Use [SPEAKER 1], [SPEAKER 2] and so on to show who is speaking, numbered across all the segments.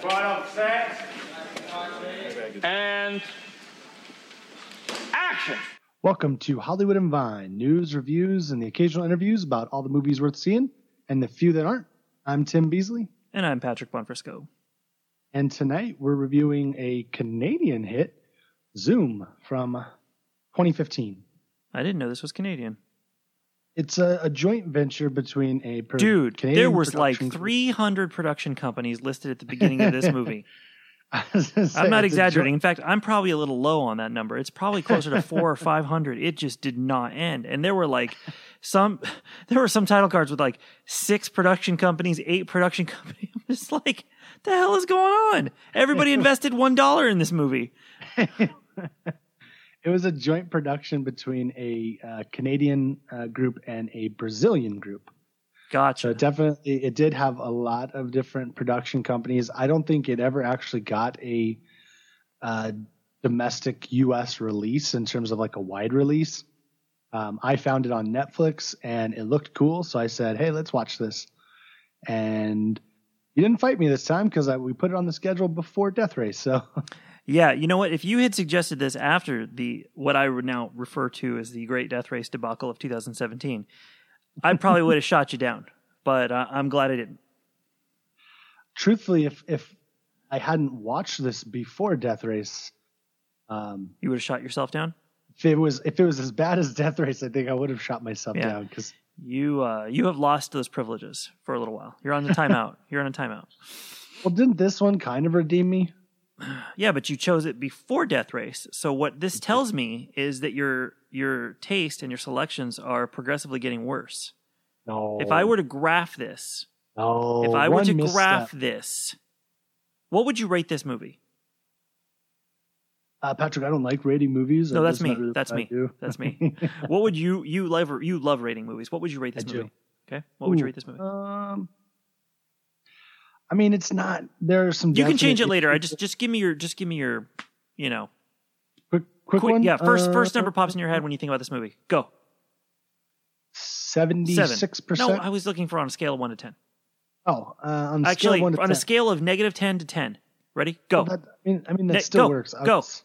[SPEAKER 1] Final set. And action.
[SPEAKER 2] Welcome to Hollywood and Vine news, reviews, and the occasional interviews about all the movies worth seeing and the few that aren't. I'm Tim Beasley,
[SPEAKER 3] And I'm Patrick Bonfrisco.
[SPEAKER 2] and tonight we're reviewing a Canadian hit, Zoom, from 2015.
[SPEAKER 3] I didn't know this was Canadian.
[SPEAKER 2] It's a, a joint venture between a pro-
[SPEAKER 3] Dude,
[SPEAKER 2] Canadian
[SPEAKER 3] there was like
[SPEAKER 2] production-
[SPEAKER 3] 300 production companies listed at the beginning of this movie.
[SPEAKER 2] I was gonna say,
[SPEAKER 3] I'm not
[SPEAKER 2] it's a joint-
[SPEAKER 3] exaggerating. In fact, I'm probably a little low on that number. It's probably closer to four or 500. It just did not end. And there were like some, there were some title cards with like six production companies, eight production companies. I'm just like, the hell is going on? Everybody invested $1 in this movie.
[SPEAKER 2] It was a joint production between a uh, Canadian uh, group and a Brazilian group. So
[SPEAKER 3] Gotcha.
[SPEAKER 2] it definitely it did have a lot of different production companies. I don't think it ever actually got a uh, domestic U.S. release in terms of like a wide release. Um, I found it on Netflix and it looked cool, so I said, "Hey, let's watch this." And you didn't fight me this time because we put it on the schedule before Death Race. So
[SPEAKER 3] Yeah, you know what? If you had suggested this after the what I would now refer to as the Great Death Race debacle of 2017, I probably would have shot you down. But uh, I'm glad I didn't.
[SPEAKER 2] truthfully, if if I hadn't watched this before Death Race, um,
[SPEAKER 3] You would have shot yourself down.
[SPEAKER 2] if it was if it was as bad as Death Race, I think I would have shot myself
[SPEAKER 3] Yeah.
[SPEAKER 2] down because
[SPEAKER 3] You uh, you have lost those privileges for a little while. You're on the timeout. You're on a timeout.
[SPEAKER 2] Well, didn't this one kind of redeem me?
[SPEAKER 3] Yeah, but you chose it before Death Race. So what this tells me is that your your taste and your selections are progressively getting worse.
[SPEAKER 2] No.
[SPEAKER 3] If I were to graph this,
[SPEAKER 2] no,
[SPEAKER 3] if I were
[SPEAKER 2] Oh. one
[SPEAKER 3] to
[SPEAKER 2] misstep.
[SPEAKER 3] graph this, what would you rate this movie?
[SPEAKER 2] uh, Patrick, I don't like rating movies.
[SPEAKER 3] No,
[SPEAKER 2] Uh,
[SPEAKER 3] that's
[SPEAKER 2] not
[SPEAKER 3] me.
[SPEAKER 2] really
[SPEAKER 3] That's
[SPEAKER 2] what I
[SPEAKER 3] me.
[SPEAKER 2] do.
[SPEAKER 3] That's me. What would you you love you love rating movies? What would you rate this
[SPEAKER 2] I do.
[SPEAKER 3] movie? Okay, what would you
[SPEAKER 2] Ooh,
[SPEAKER 3] rate this movie?
[SPEAKER 2] Um, I mean, it's not. There are some.
[SPEAKER 3] You can
[SPEAKER 2] definite
[SPEAKER 3] change it later. I
[SPEAKER 2] issues.
[SPEAKER 3] just just give me your just give me your you know
[SPEAKER 2] quick, quick,
[SPEAKER 3] quick
[SPEAKER 2] one.
[SPEAKER 3] yeah first
[SPEAKER 2] Uh,
[SPEAKER 3] first number pops in your head when you think about this movie. Go seven.
[SPEAKER 2] Seventy-six
[SPEAKER 3] No,
[SPEAKER 2] percent.
[SPEAKER 3] I was looking for on a scale of one to ten.
[SPEAKER 2] Oh, uh, on
[SPEAKER 3] Actually,
[SPEAKER 2] scale one
[SPEAKER 3] on
[SPEAKER 2] to
[SPEAKER 3] a
[SPEAKER 2] 10.
[SPEAKER 3] scale of negative ten to ten. Ready? Go.
[SPEAKER 2] That, I mean, I mean that
[SPEAKER 3] Nick,
[SPEAKER 2] still
[SPEAKER 3] go,
[SPEAKER 2] works. I
[SPEAKER 3] go.
[SPEAKER 2] was-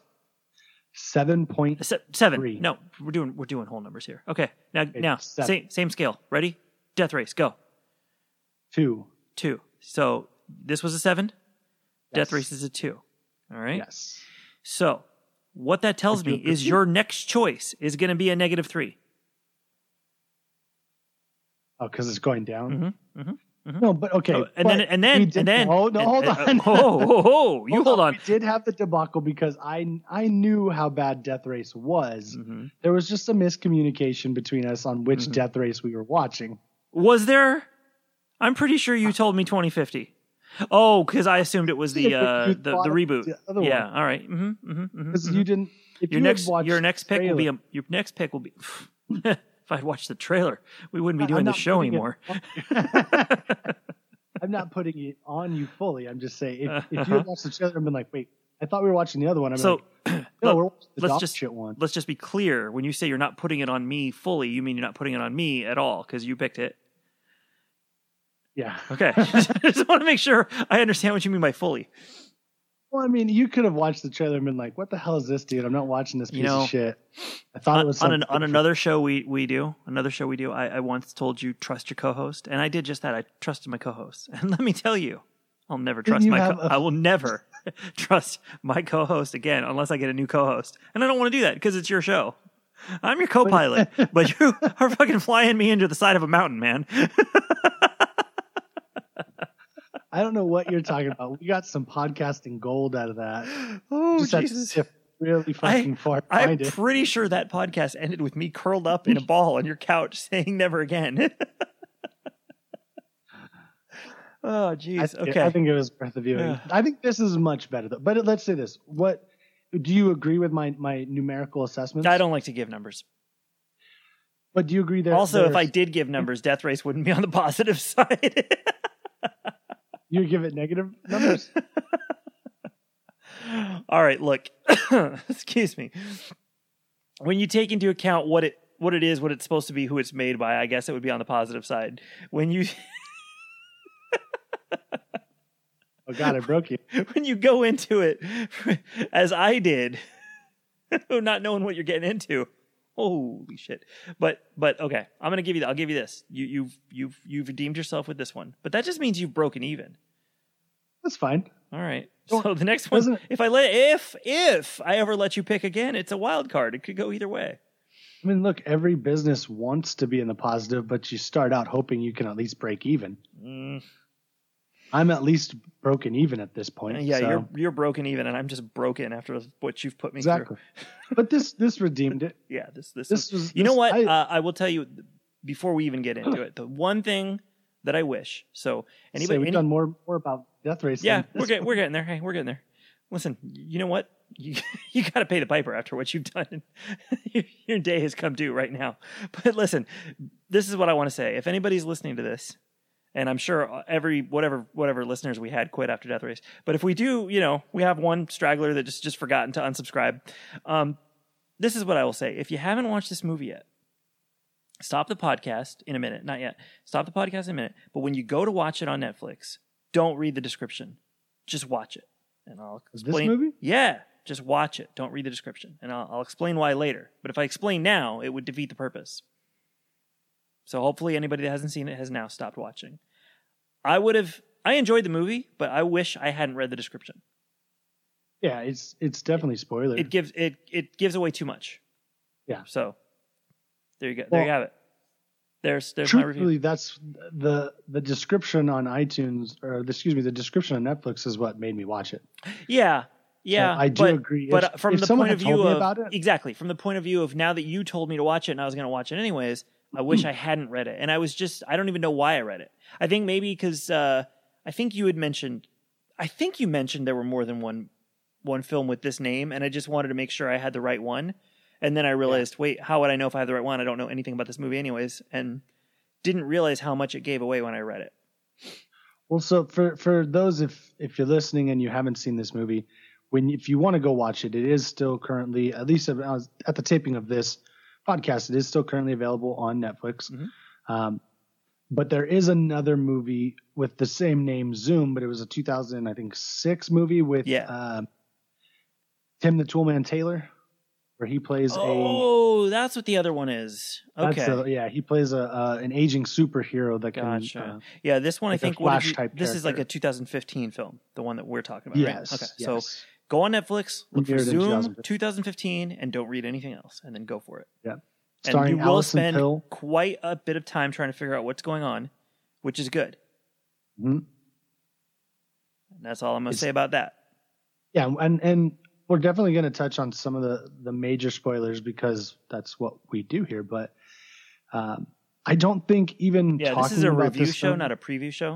[SPEAKER 2] Seven point.
[SPEAKER 3] Se- seven.
[SPEAKER 2] three.
[SPEAKER 3] No, we're doing we're doing whole numbers here. Okay, now now
[SPEAKER 2] seven.
[SPEAKER 3] same same scale. Ready? Death Race. Go.
[SPEAKER 2] Two.
[SPEAKER 3] Two. So this was a seven.
[SPEAKER 2] Yes.
[SPEAKER 3] Death Race is a two. All right.
[SPEAKER 2] Yes.
[SPEAKER 3] So, what that tells me is your next choice is going to be a negative three.
[SPEAKER 2] Oh, because it's going down.
[SPEAKER 3] Mm-hmm, mm-hmm.
[SPEAKER 2] No, but okay.
[SPEAKER 3] Oh, and
[SPEAKER 2] but
[SPEAKER 3] then, and then,
[SPEAKER 2] we did-
[SPEAKER 3] and then.
[SPEAKER 2] No, no,
[SPEAKER 3] and-
[SPEAKER 2] hold on.
[SPEAKER 3] and- Oh, oh, oh, oh, you hold
[SPEAKER 2] Although
[SPEAKER 3] on.
[SPEAKER 2] We did have the debacle because I I knew how bad Death Race was.
[SPEAKER 3] Mhm.
[SPEAKER 2] There was just a miscommunication between us on
[SPEAKER 3] Mm-hmm.
[SPEAKER 2] which Death Race we were watching.
[SPEAKER 3] Was there? I'm pretty sure you told me 2050. Oh, because I assumed it was
[SPEAKER 2] Yeah,
[SPEAKER 3] the
[SPEAKER 2] but
[SPEAKER 3] uh,
[SPEAKER 2] you
[SPEAKER 3] the, the
[SPEAKER 2] thought it was
[SPEAKER 3] reboot.
[SPEAKER 2] the other
[SPEAKER 3] yeah. All right. Mm-hmm, mm-hmm, mm-hmm,
[SPEAKER 2] Because you didn't. If you
[SPEAKER 3] your next
[SPEAKER 2] had watched
[SPEAKER 3] your next pick will be
[SPEAKER 2] trailer-
[SPEAKER 3] a, your next pick will be. if I'd watched the trailer, we wouldn't be
[SPEAKER 2] I'm
[SPEAKER 3] doing
[SPEAKER 2] not
[SPEAKER 3] this show
[SPEAKER 2] putting it-
[SPEAKER 3] anymore.
[SPEAKER 2] I'm not putting it on you fully. I'm just saying if, if you
[SPEAKER 3] Uh-huh.
[SPEAKER 2] had watched the trailer and been like, wait, I thought we were watching the other one. I'm
[SPEAKER 3] So,
[SPEAKER 2] like, no,
[SPEAKER 3] let-
[SPEAKER 2] we're watching the
[SPEAKER 3] let's
[SPEAKER 2] dog
[SPEAKER 3] just-
[SPEAKER 2] shit one.
[SPEAKER 3] let's just be clear when you say you're not putting it on me fully you mean you're not putting it on me at all because you picked it
[SPEAKER 2] Yeah.
[SPEAKER 3] okay just want to make sure i understand what you mean by fully
[SPEAKER 2] Well, I mean, you could have watched the trailer and been like, what the hell is this, dude? I'm not watching this piece
[SPEAKER 3] You know,
[SPEAKER 2] of shit. I thought it
[SPEAKER 3] on,
[SPEAKER 2] was
[SPEAKER 3] on an,
[SPEAKER 2] something
[SPEAKER 3] on another show we, we do another show we do I, I once told you trust your co-host and i did just that i trusted my co-host and let me tell you i'll never
[SPEAKER 2] Didn't
[SPEAKER 3] trust
[SPEAKER 2] you
[SPEAKER 3] my
[SPEAKER 2] have
[SPEAKER 3] co-
[SPEAKER 2] a-
[SPEAKER 3] i will never trust my co-host again unless i get a new co-host and i don't want to do that because it's your show i'm your co-pilot but you are fucking flying me into the side of a mountain man
[SPEAKER 2] I don't know what you're talking about. We got some podcasting gold out of that.
[SPEAKER 3] oh
[SPEAKER 2] Just had to sift really fucking far to
[SPEAKER 3] I'm
[SPEAKER 2] find it.
[SPEAKER 3] pretty sure that podcast ended with me curled up in a ball on your couch saying never again. oh,
[SPEAKER 2] I
[SPEAKER 3] jeez.
[SPEAKER 2] think,
[SPEAKER 3] Okay.
[SPEAKER 2] I think it was worth the viewing.
[SPEAKER 3] Yeah.
[SPEAKER 2] I think this is much better though. But let's say this: What do you agree with my my numerical assessment?
[SPEAKER 3] I don't like to give numbers.
[SPEAKER 2] But do you agree there?
[SPEAKER 3] also, if
[SPEAKER 2] there's-
[SPEAKER 3] I did give numbers, Death Race wouldn't be on the positive side.
[SPEAKER 2] you give it negative numbers.
[SPEAKER 3] All right, look. Excuse me. When you take into account what it what it is, what it's supposed to be, who it's made by, I guess it would be on the positive side. When you
[SPEAKER 2] Oh God, I broke you.
[SPEAKER 3] when you go into it as I did, not knowing what you're getting into. Holy shit. But but okay, I'm gonna give you I'll give you this. You you've you've you've redeemed yourself with this one. But that just means you've broken even.
[SPEAKER 2] That's fine.
[SPEAKER 3] All right.
[SPEAKER 2] Don't-
[SPEAKER 3] So the next one
[SPEAKER 2] doesn't-
[SPEAKER 3] if I let if if I ever let you pick again, it's a wild card. It could go either way.
[SPEAKER 2] I mean, look, every business wants to be in the positive, but you start out hoping you can at least break even.
[SPEAKER 3] Mm,
[SPEAKER 2] I'm at least broken even at this point.
[SPEAKER 3] yeah,
[SPEAKER 2] so-
[SPEAKER 3] you're you're broken even and I'm just broken after what you've put me
[SPEAKER 2] exactly.
[SPEAKER 3] through.
[SPEAKER 2] but this this redeemed it.
[SPEAKER 3] Yeah, this this, is
[SPEAKER 2] This was.
[SPEAKER 3] You know
[SPEAKER 2] this-
[SPEAKER 3] what? I,
[SPEAKER 2] I-
[SPEAKER 3] uh, I will tell you before we even get into it. The one thing that I wish. So
[SPEAKER 2] say
[SPEAKER 3] anybody,
[SPEAKER 2] we've
[SPEAKER 3] any-
[SPEAKER 2] done more more about death race.
[SPEAKER 3] yeah,
[SPEAKER 2] than
[SPEAKER 3] we're
[SPEAKER 2] this
[SPEAKER 3] getting we're getting there. Hey, we're getting there. Listen, you know what? You you got to pay the piper after what you've done. your, your day has come due right now. But listen, this is what I want to say. If anybody's listening to this, and I'm sure uh, every whatever whatever listeners we had quit after Death Race. But if we do, you know, we have one straggler that just just forgotten to unsubscribe. Um, this is what I will say. If you haven't watched this movie yet, stop the podcast in a minute. Not yet. Stop the podcast in a minute. But when you go to watch it on Netflix, don't read the description. Just watch it, and I'll
[SPEAKER 2] This
[SPEAKER 3] explain.
[SPEAKER 2] movie?
[SPEAKER 3] Yeah, just watch it. Don't read the description, and I'll, I'll explain why later. But if I explain now, it would defeat the purpose. So hopefully, anybody that hasn't seen it has now stopped watching. I would have. I enjoyed the movie, but I wish I hadn't read the description.
[SPEAKER 2] yeah, it's it's definitely spoiler.
[SPEAKER 3] It gives it it gives away too much.
[SPEAKER 2] Yeah.
[SPEAKER 3] So there you go. There you
[SPEAKER 2] Well,
[SPEAKER 3] have it. There's there's my review.
[SPEAKER 2] Truthfully, that's the the description on iTunes, or excuse me, the description on Netflix is what made me watch it.
[SPEAKER 3] Yeah. Yeah.
[SPEAKER 2] I do
[SPEAKER 3] but,
[SPEAKER 2] agree.
[SPEAKER 3] But
[SPEAKER 2] If-
[SPEAKER 3] uh, from
[SPEAKER 2] if
[SPEAKER 3] the
[SPEAKER 2] someone
[SPEAKER 3] point of
[SPEAKER 2] had told
[SPEAKER 3] view
[SPEAKER 2] me
[SPEAKER 3] of
[SPEAKER 2] about it-
[SPEAKER 3] exactly from the point of view of now that you told me to watch it and I was going to watch it anyways, I wish I hadn't read it. And I was just I don't even know why I read it. I think maybe because uh, I think you had mentioned I think you mentioned there were more than one one film with this name, and I just wanted to make sure I had the right one. And then I realized, wait, how would I know if I have the right one? I don't know anything about this movie anyways, and didn't realize how much it gave away when I read it.
[SPEAKER 2] Well, so for for those if if you're listening and you haven't seen this movie, when if you want to go watch it, it is still currently at least at uh, at the taping of this podcast, it is still currently available on Netflix.
[SPEAKER 3] Mhm.
[SPEAKER 2] Um, but there is another movie with the same name, Zoom, but it was a 2000 I think six movie with
[SPEAKER 3] Yeah.
[SPEAKER 2] um, Tim the Toolman Taylor, where he plays a
[SPEAKER 3] Oh, that's what the other one is. Okay.
[SPEAKER 2] that's a- yeah he plays a uh, an aging superhero that can
[SPEAKER 3] Gotcha.
[SPEAKER 2] uh,
[SPEAKER 3] Yeah, this one
[SPEAKER 2] like
[SPEAKER 3] I
[SPEAKER 2] a
[SPEAKER 3] think what did
[SPEAKER 2] Flash
[SPEAKER 3] you-
[SPEAKER 2] type
[SPEAKER 3] this is like a
[SPEAKER 2] character.
[SPEAKER 3] 2015 film, the one that we're talking about.
[SPEAKER 2] yes,
[SPEAKER 3] Right? Okay, so
[SPEAKER 2] yes.
[SPEAKER 3] go on Netflix, look for
[SPEAKER 2] Premiered in
[SPEAKER 3] Zoom
[SPEAKER 2] 2015.
[SPEAKER 3] 2015, and don't read anything else, and then go for it. and
[SPEAKER 2] starring
[SPEAKER 3] you will
[SPEAKER 2] Allison
[SPEAKER 3] spend-
[SPEAKER 2] Pill.
[SPEAKER 3] Quite a bit of time trying to figure out what's going on, which is good.
[SPEAKER 2] Mhm.
[SPEAKER 3] And that's all I'm going to
[SPEAKER 2] It's-
[SPEAKER 3] say about that.
[SPEAKER 2] Yeah, and and we're definitely going to touch on some of the the major spoilers because that's what we do here. But um, I don't think even
[SPEAKER 3] Yeah, this
[SPEAKER 2] talking
[SPEAKER 3] is a
[SPEAKER 2] about
[SPEAKER 3] review
[SPEAKER 2] this
[SPEAKER 3] show,
[SPEAKER 2] film-
[SPEAKER 3] not a preview show.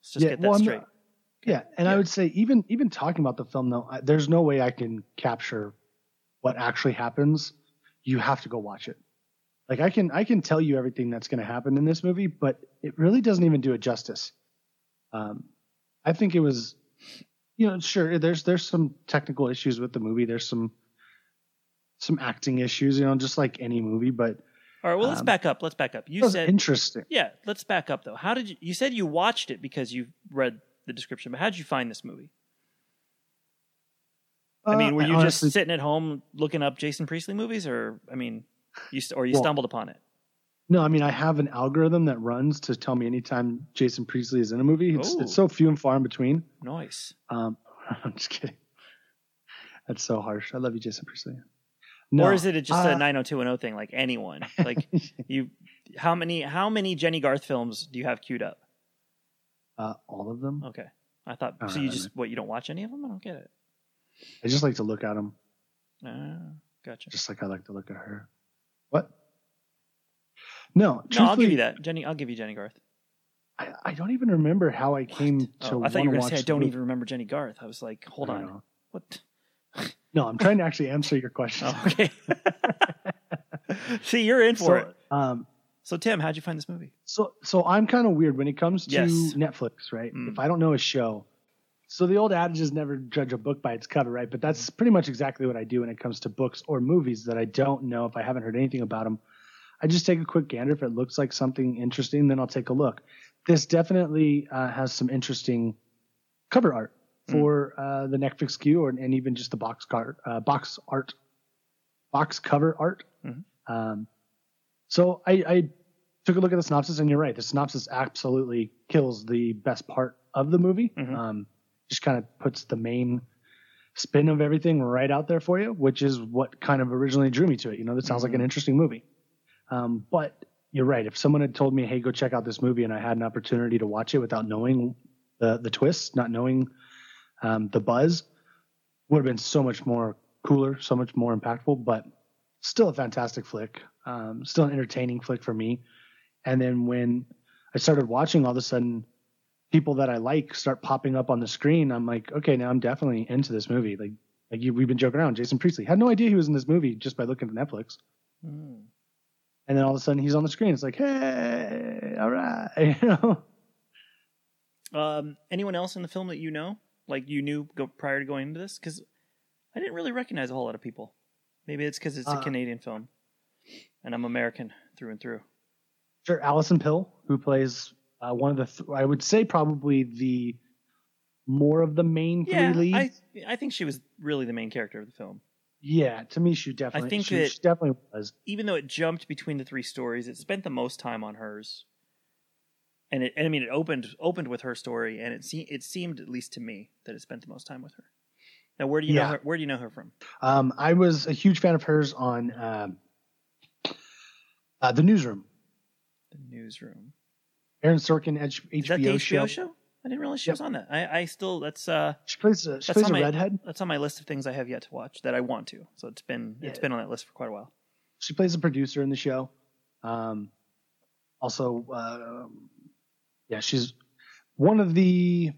[SPEAKER 3] Let's just
[SPEAKER 2] Yeah,
[SPEAKER 3] get that
[SPEAKER 2] well, I'm-
[SPEAKER 3] straight.
[SPEAKER 2] yeah. And
[SPEAKER 3] yeah.
[SPEAKER 2] I would say even even talking about the film though, I, there's no way I can capture what actually happens. You have to go watch it. Like I can I can tell you everything that's going to happen in this movie, but it really doesn't even do it justice. Um, I think it was, you know, sure. There's there's some technical issues with the movie. There's some some acting issues, you know, just like any movie. But
[SPEAKER 3] All right, well, let's
[SPEAKER 2] um,
[SPEAKER 3] back up. Let's back up. You
[SPEAKER 2] it was
[SPEAKER 3] said
[SPEAKER 2] interesting.
[SPEAKER 3] Yeah, let's back up though. How did you? You said you watched it because you read the description, but how did you find this movie? I mean,
[SPEAKER 2] Uh,
[SPEAKER 3] were you
[SPEAKER 2] honestly-
[SPEAKER 3] just sitting at home looking up Jason Priestley movies, or I mean, you st- or you
[SPEAKER 2] Well-
[SPEAKER 3] stumbled upon it?
[SPEAKER 2] No, I mean I have an algorithm that runs to tell me anytime Jason Priestley is in a movie. It's,
[SPEAKER 3] Ooh.
[SPEAKER 2] it's so few and far in between.
[SPEAKER 3] Nice.
[SPEAKER 2] Um, I'm just kidding. That's so harsh. I love you, Jason Priestley. No,
[SPEAKER 3] or is it just
[SPEAKER 2] uh,
[SPEAKER 3] a nine hundred two one zero thing? Like anyone? Like you? How many? How many Jenny Garth films do you have queued up?
[SPEAKER 2] uh, all of them?
[SPEAKER 3] Okay, I thought
[SPEAKER 2] Uh,
[SPEAKER 3] so. You just what? You don't watch any of them? I don't get it.
[SPEAKER 2] I just like to look at them,
[SPEAKER 3] Ah, gotcha.
[SPEAKER 2] just like I like to look at her. What? No,
[SPEAKER 3] No, I'll give
[SPEAKER 2] truthfully,
[SPEAKER 3] you that, Jenny. I'll give you Jenny Garth.
[SPEAKER 2] I, I don't even remember how I came
[SPEAKER 3] What?
[SPEAKER 2] to.
[SPEAKER 3] Oh, I thought you were
[SPEAKER 2] wanna
[SPEAKER 3] going to say I
[SPEAKER 2] watch the
[SPEAKER 3] don't
[SPEAKER 2] movie.
[SPEAKER 3] even remember Jenny Garth. I was like, hold
[SPEAKER 2] I
[SPEAKER 3] on,
[SPEAKER 2] know.
[SPEAKER 3] what?
[SPEAKER 2] No, I'm trying to actually answer your question.
[SPEAKER 3] Oh, okay. See, you're in for
[SPEAKER 2] So,
[SPEAKER 3] it.
[SPEAKER 2] um,
[SPEAKER 3] So, Tim, how'd you find this movie?
[SPEAKER 2] So so I'm kind of weird when it comes to
[SPEAKER 3] Yes.
[SPEAKER 2] Netflix, right?
[SPEAKER 3] Mm.
[SPEAKER 2] If I don't know a show. So the old adage is never judge a book by its cover, right? But that's pretty much exactly what I do when it comes to books or movies that I don't know if I haven't heard anything about them. I just take a quick gander if it looks like something interesting, then I'll take a look. This definitely uh, has some interesting cover art
[SPEAKER 3] Mm.
[SPEAKER 2] for uh, the Netflix queue, or, and even just the box cart, uh, box art, box cover art.
[SPEAKER 3] Mhm.
[SPEAKER 2] Um, so I, I took a look at the synopsis, and you're right. The synopsis absolutely kills the best part of the movie.
[SPEAKER 3] Mhm.
[SPEAKER 2] Um, just kind of puts the main spin of everything right out there for you, which is what kind of originally drew me to it. You know, that sounds like an interesting movie. Um, but you're right. If someone had told me, "Hey, go check out this movie," and I had an opportunity to watch it without knowing the the twists, not knowing um, the buzz, would have been so much more cooler, so much more impactful. But still a fantastic flick. Um, still an entertaining flick for me. And then when I started watching, all of a sudden, people that I like start popping up on the screen. I'm like, okay, now I'm definitely into this movie. Like, like you, we've been joking around. Jason Priestley had no idea he was in this movie just by looking at Netflix.
[SPEAKER 3] Mm.
[SPEAKER 2] And then all of a sudden, he's on the screen. It's like, hey, all right, you know.
[SPEAKER 3] Um, anyone else in the film that you know, like you knew go, prior to going into this? Because I didn't really recognize a whole lot of people. Maybe it's because it's a
[SPEAKER 2] Uh,
[SPEAKER 3] Canadian film, and I'm American through and through.
[SPEAKER 2] Sure, Allison Pill, who plays uh, one of the, th- I would say probably the more of the main three
[SPEAKER 3] Yeah,
[SPEAKER 2] leads.
[SPEAKER 3] I I think she was really the main character of the film.
[SPEAKER 2] yeah, to me, she definitely,
[SPEAKER 3] think
[SPEAKER 2] she,
[SPEAKER 3] that-
[SPEAKER 2] she definitely was.
[SPEAKER 3] Even though it jumped between the three stories, it spent the most time on hers. And it, and I mean, it opened opened with her story, and it se- it seemed at least to me that it spent the most time with her. Now, where do you know
[SPEAKER 2] Yeah.
[SPEAKER 3] her, where do you know her from?
[SPEAKER 2] Um, I was a huge fan of hers on um, uh, the Newsroom,
[SPEAKER 3] The newsroom.
[SPEAKER 2] Aaron Sorkin H- HBO,
[SPEAKER 3] Is that the HBO
[SPEAKER 2] show.
[SPEAKER 3] show? I didn't realize she was on that. I, I still that's uh
[SPEAKER 2] She plays a, she
[SPEAKER 3] That's
[SPEAKER 2] plays
[SPEAKER 3] on
[SPEAKER 2] a
[SPEAKER 3] my-
[SPEAKER 2] redhead.
[SPEAKER 3] that's on my list of things I have yet to watch that I want to. So it's been it's
[SPEAKER 2] Yeah.
[SPEAKER 3] been on that list for quite a while.
[SPEAKER 2] She plays a producer in the show. Um, also, uh, yeah, she's one of the.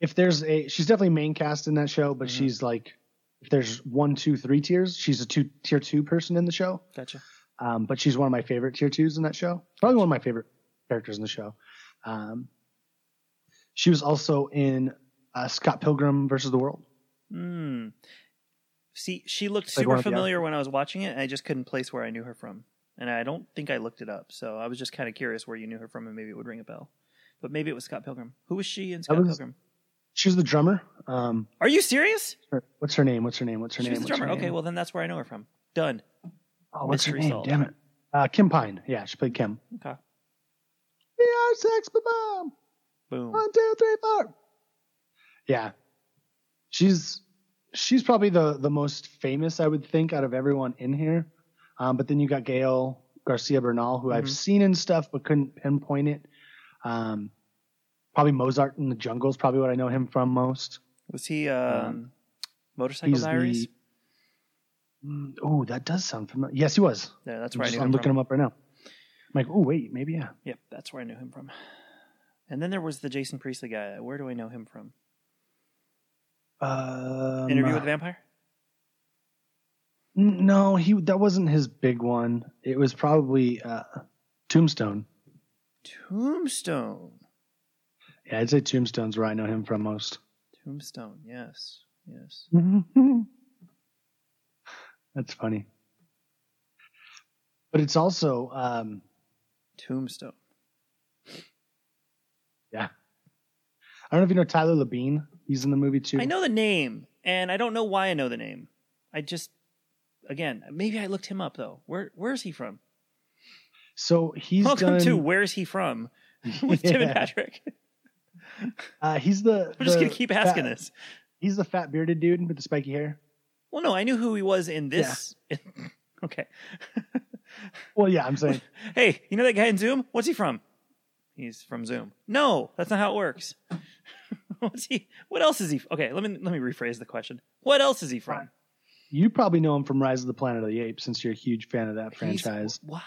[SPEAKER 2] If there's a, she's definitely main cast in that show, but
[SPEAKER 3] Mhm.
[SPEAKER 2] she's like, if there's one, two, three tiers, she's a two tier two person in the show.
[SPEAKER 3] Gotcha.
[SPEAKER 2] Um, but she's one of my favorite tier twos in that show. Probably one of my favorite characters in the show. Um, she was also in uh, Scott Pilgrim versus the World.
[SPEAKER 3] Hmm. See, she looked
[SPEAKER 2] Like
[SPEAKER 3] super
[SPEAKER 2] one of the
[SPEAKER 3] familiar when I was watching it, and I just couldn't place where I knew her from. And I don't think I looked it up, so I was just kind of curious where you knew her from, and maybe it would ring a bell. But maybe it was Scott Pilgrim. Who was she in Scott
[SPEAKER 2] was-
[SPEAKER 3] Pilgrim?
[SPEAKER 2] She was the drummer. Um,
[SPEAKER 3] Are you serious?
[SPEAKER 2] her- what's her name? What's her name? What's her
[SPEAKER 3] she
[SPEAKER 2] name?
[SPEAKER 3] was the
[SPEAKER 2] What's her
[SPEAKER 3] drummer. Okay,
[SPEAKER 2] name?
[SPEAKER 3] well then that's where I know her from. Done.
[SPEAKER 2] oh, what's her
[SPEAKER 3] mystery
[SPEAKER 2] name?
[SPEAKER 3] solved.
[SPEAKER 2] Damn it. Uh, Kim Pine. Yeah, she played Kim.
[SPEAKER 3] Okay.
[SPEAKER 2] We are sex bomb.
[SPEAKER 3] Boom.
[SPEAKER 2] One, two, three, four. Yeah, she's she's probably the the most famous I would think out of everyone in here. Um, but then you got Gail Garcia Bernal, who
[SPEAKER 3] Mhm.
[SPEAKER 2] I've seen in stuff but couldn't pinpoint it. Um, probably Mozart in the Jungle is probably what I know him from most.
[SPEAKER 3] Was he um,
[SPEAKER 2] Um,
[SPEAKER 3] Motorcycle Diaries?
[SPEAKER 2] Oh, that does sound familiar. Yes, he was.
[SPEAKER 3] Yeah, that's
[SPEAKER 2] I'm
[SPEAKER 3] where I
[SPEAKER 2] just-
[SPEAKER 3] knew
[SPEAKER 2] I'm
[SPEAKER 3] him
[SPEAKER 2] looking
[SPEAKER 3] from.
[SPEAKER 2] him up right now. I'm like, oh wait, maybe yeah.
[SPEAKER 3] Yep, that's where I knew him from. And then there was the Jason Priestley guy. Where do I know him from?
[SPEAKER 2] Um,
[SPEAKER 3] Interview with the Vampire?
[SPEAKER 2] N- No, he that wasn't his big one. It was probably uh, Tombstone.
[SPEAKER 3] Tombstone.
[SPEAKER 2] Yeah, I'd say Tombstone's where I know him from most.
[SPEAKER 3] Tombstone, yes. Yes.
[SPEAKER 2] That's funny. But it's also um,
[SPEAKER 3] Tombstone.
[SPEAKER 2] I don't know if you know Tyler Labine. He's in the movie too.
[SPEAKER 3] I know the name, and I don't know why I know the name. I just again, maybe I looked him up though. Where where's he from?
[SPEAKER 2] So he's
[SPEAKER 3] Welcome
[SPEAKER 2] done.
[SPEAKER 3] to Where's He From? with Tim and
[SPEAKER 2] Yeah.
[SPEAKER 3] Patrick.
[SPEAKER 2] Uh, he's the.
[SPEAKER 3] I'm just
[SPEAKER 2] the
[SPEAKER 3] gonna keep asking
[SPEAKER 2] fat-
[SPEAKER 3] this.
[SPEAKER 2] He's the fat bearded dude with the spiky hair.
[SPEAKER 3] Well no, I knew who he was in this Okay.
[SPEAKER 2] Well, yeah, I'm saying
[SPEAKER 3] Hey, you know that guy in Zoom? What's he from? He's from Zoom. No, that's not how it works. What's he? What else is he? Okay, let me let me rephrase the question. What else is he from?
[SPEAKER 2] you probably know him from Rise of the Planet of the Apes since you're a huge fan of that franchise.
[SPEAKER 3] He's, what?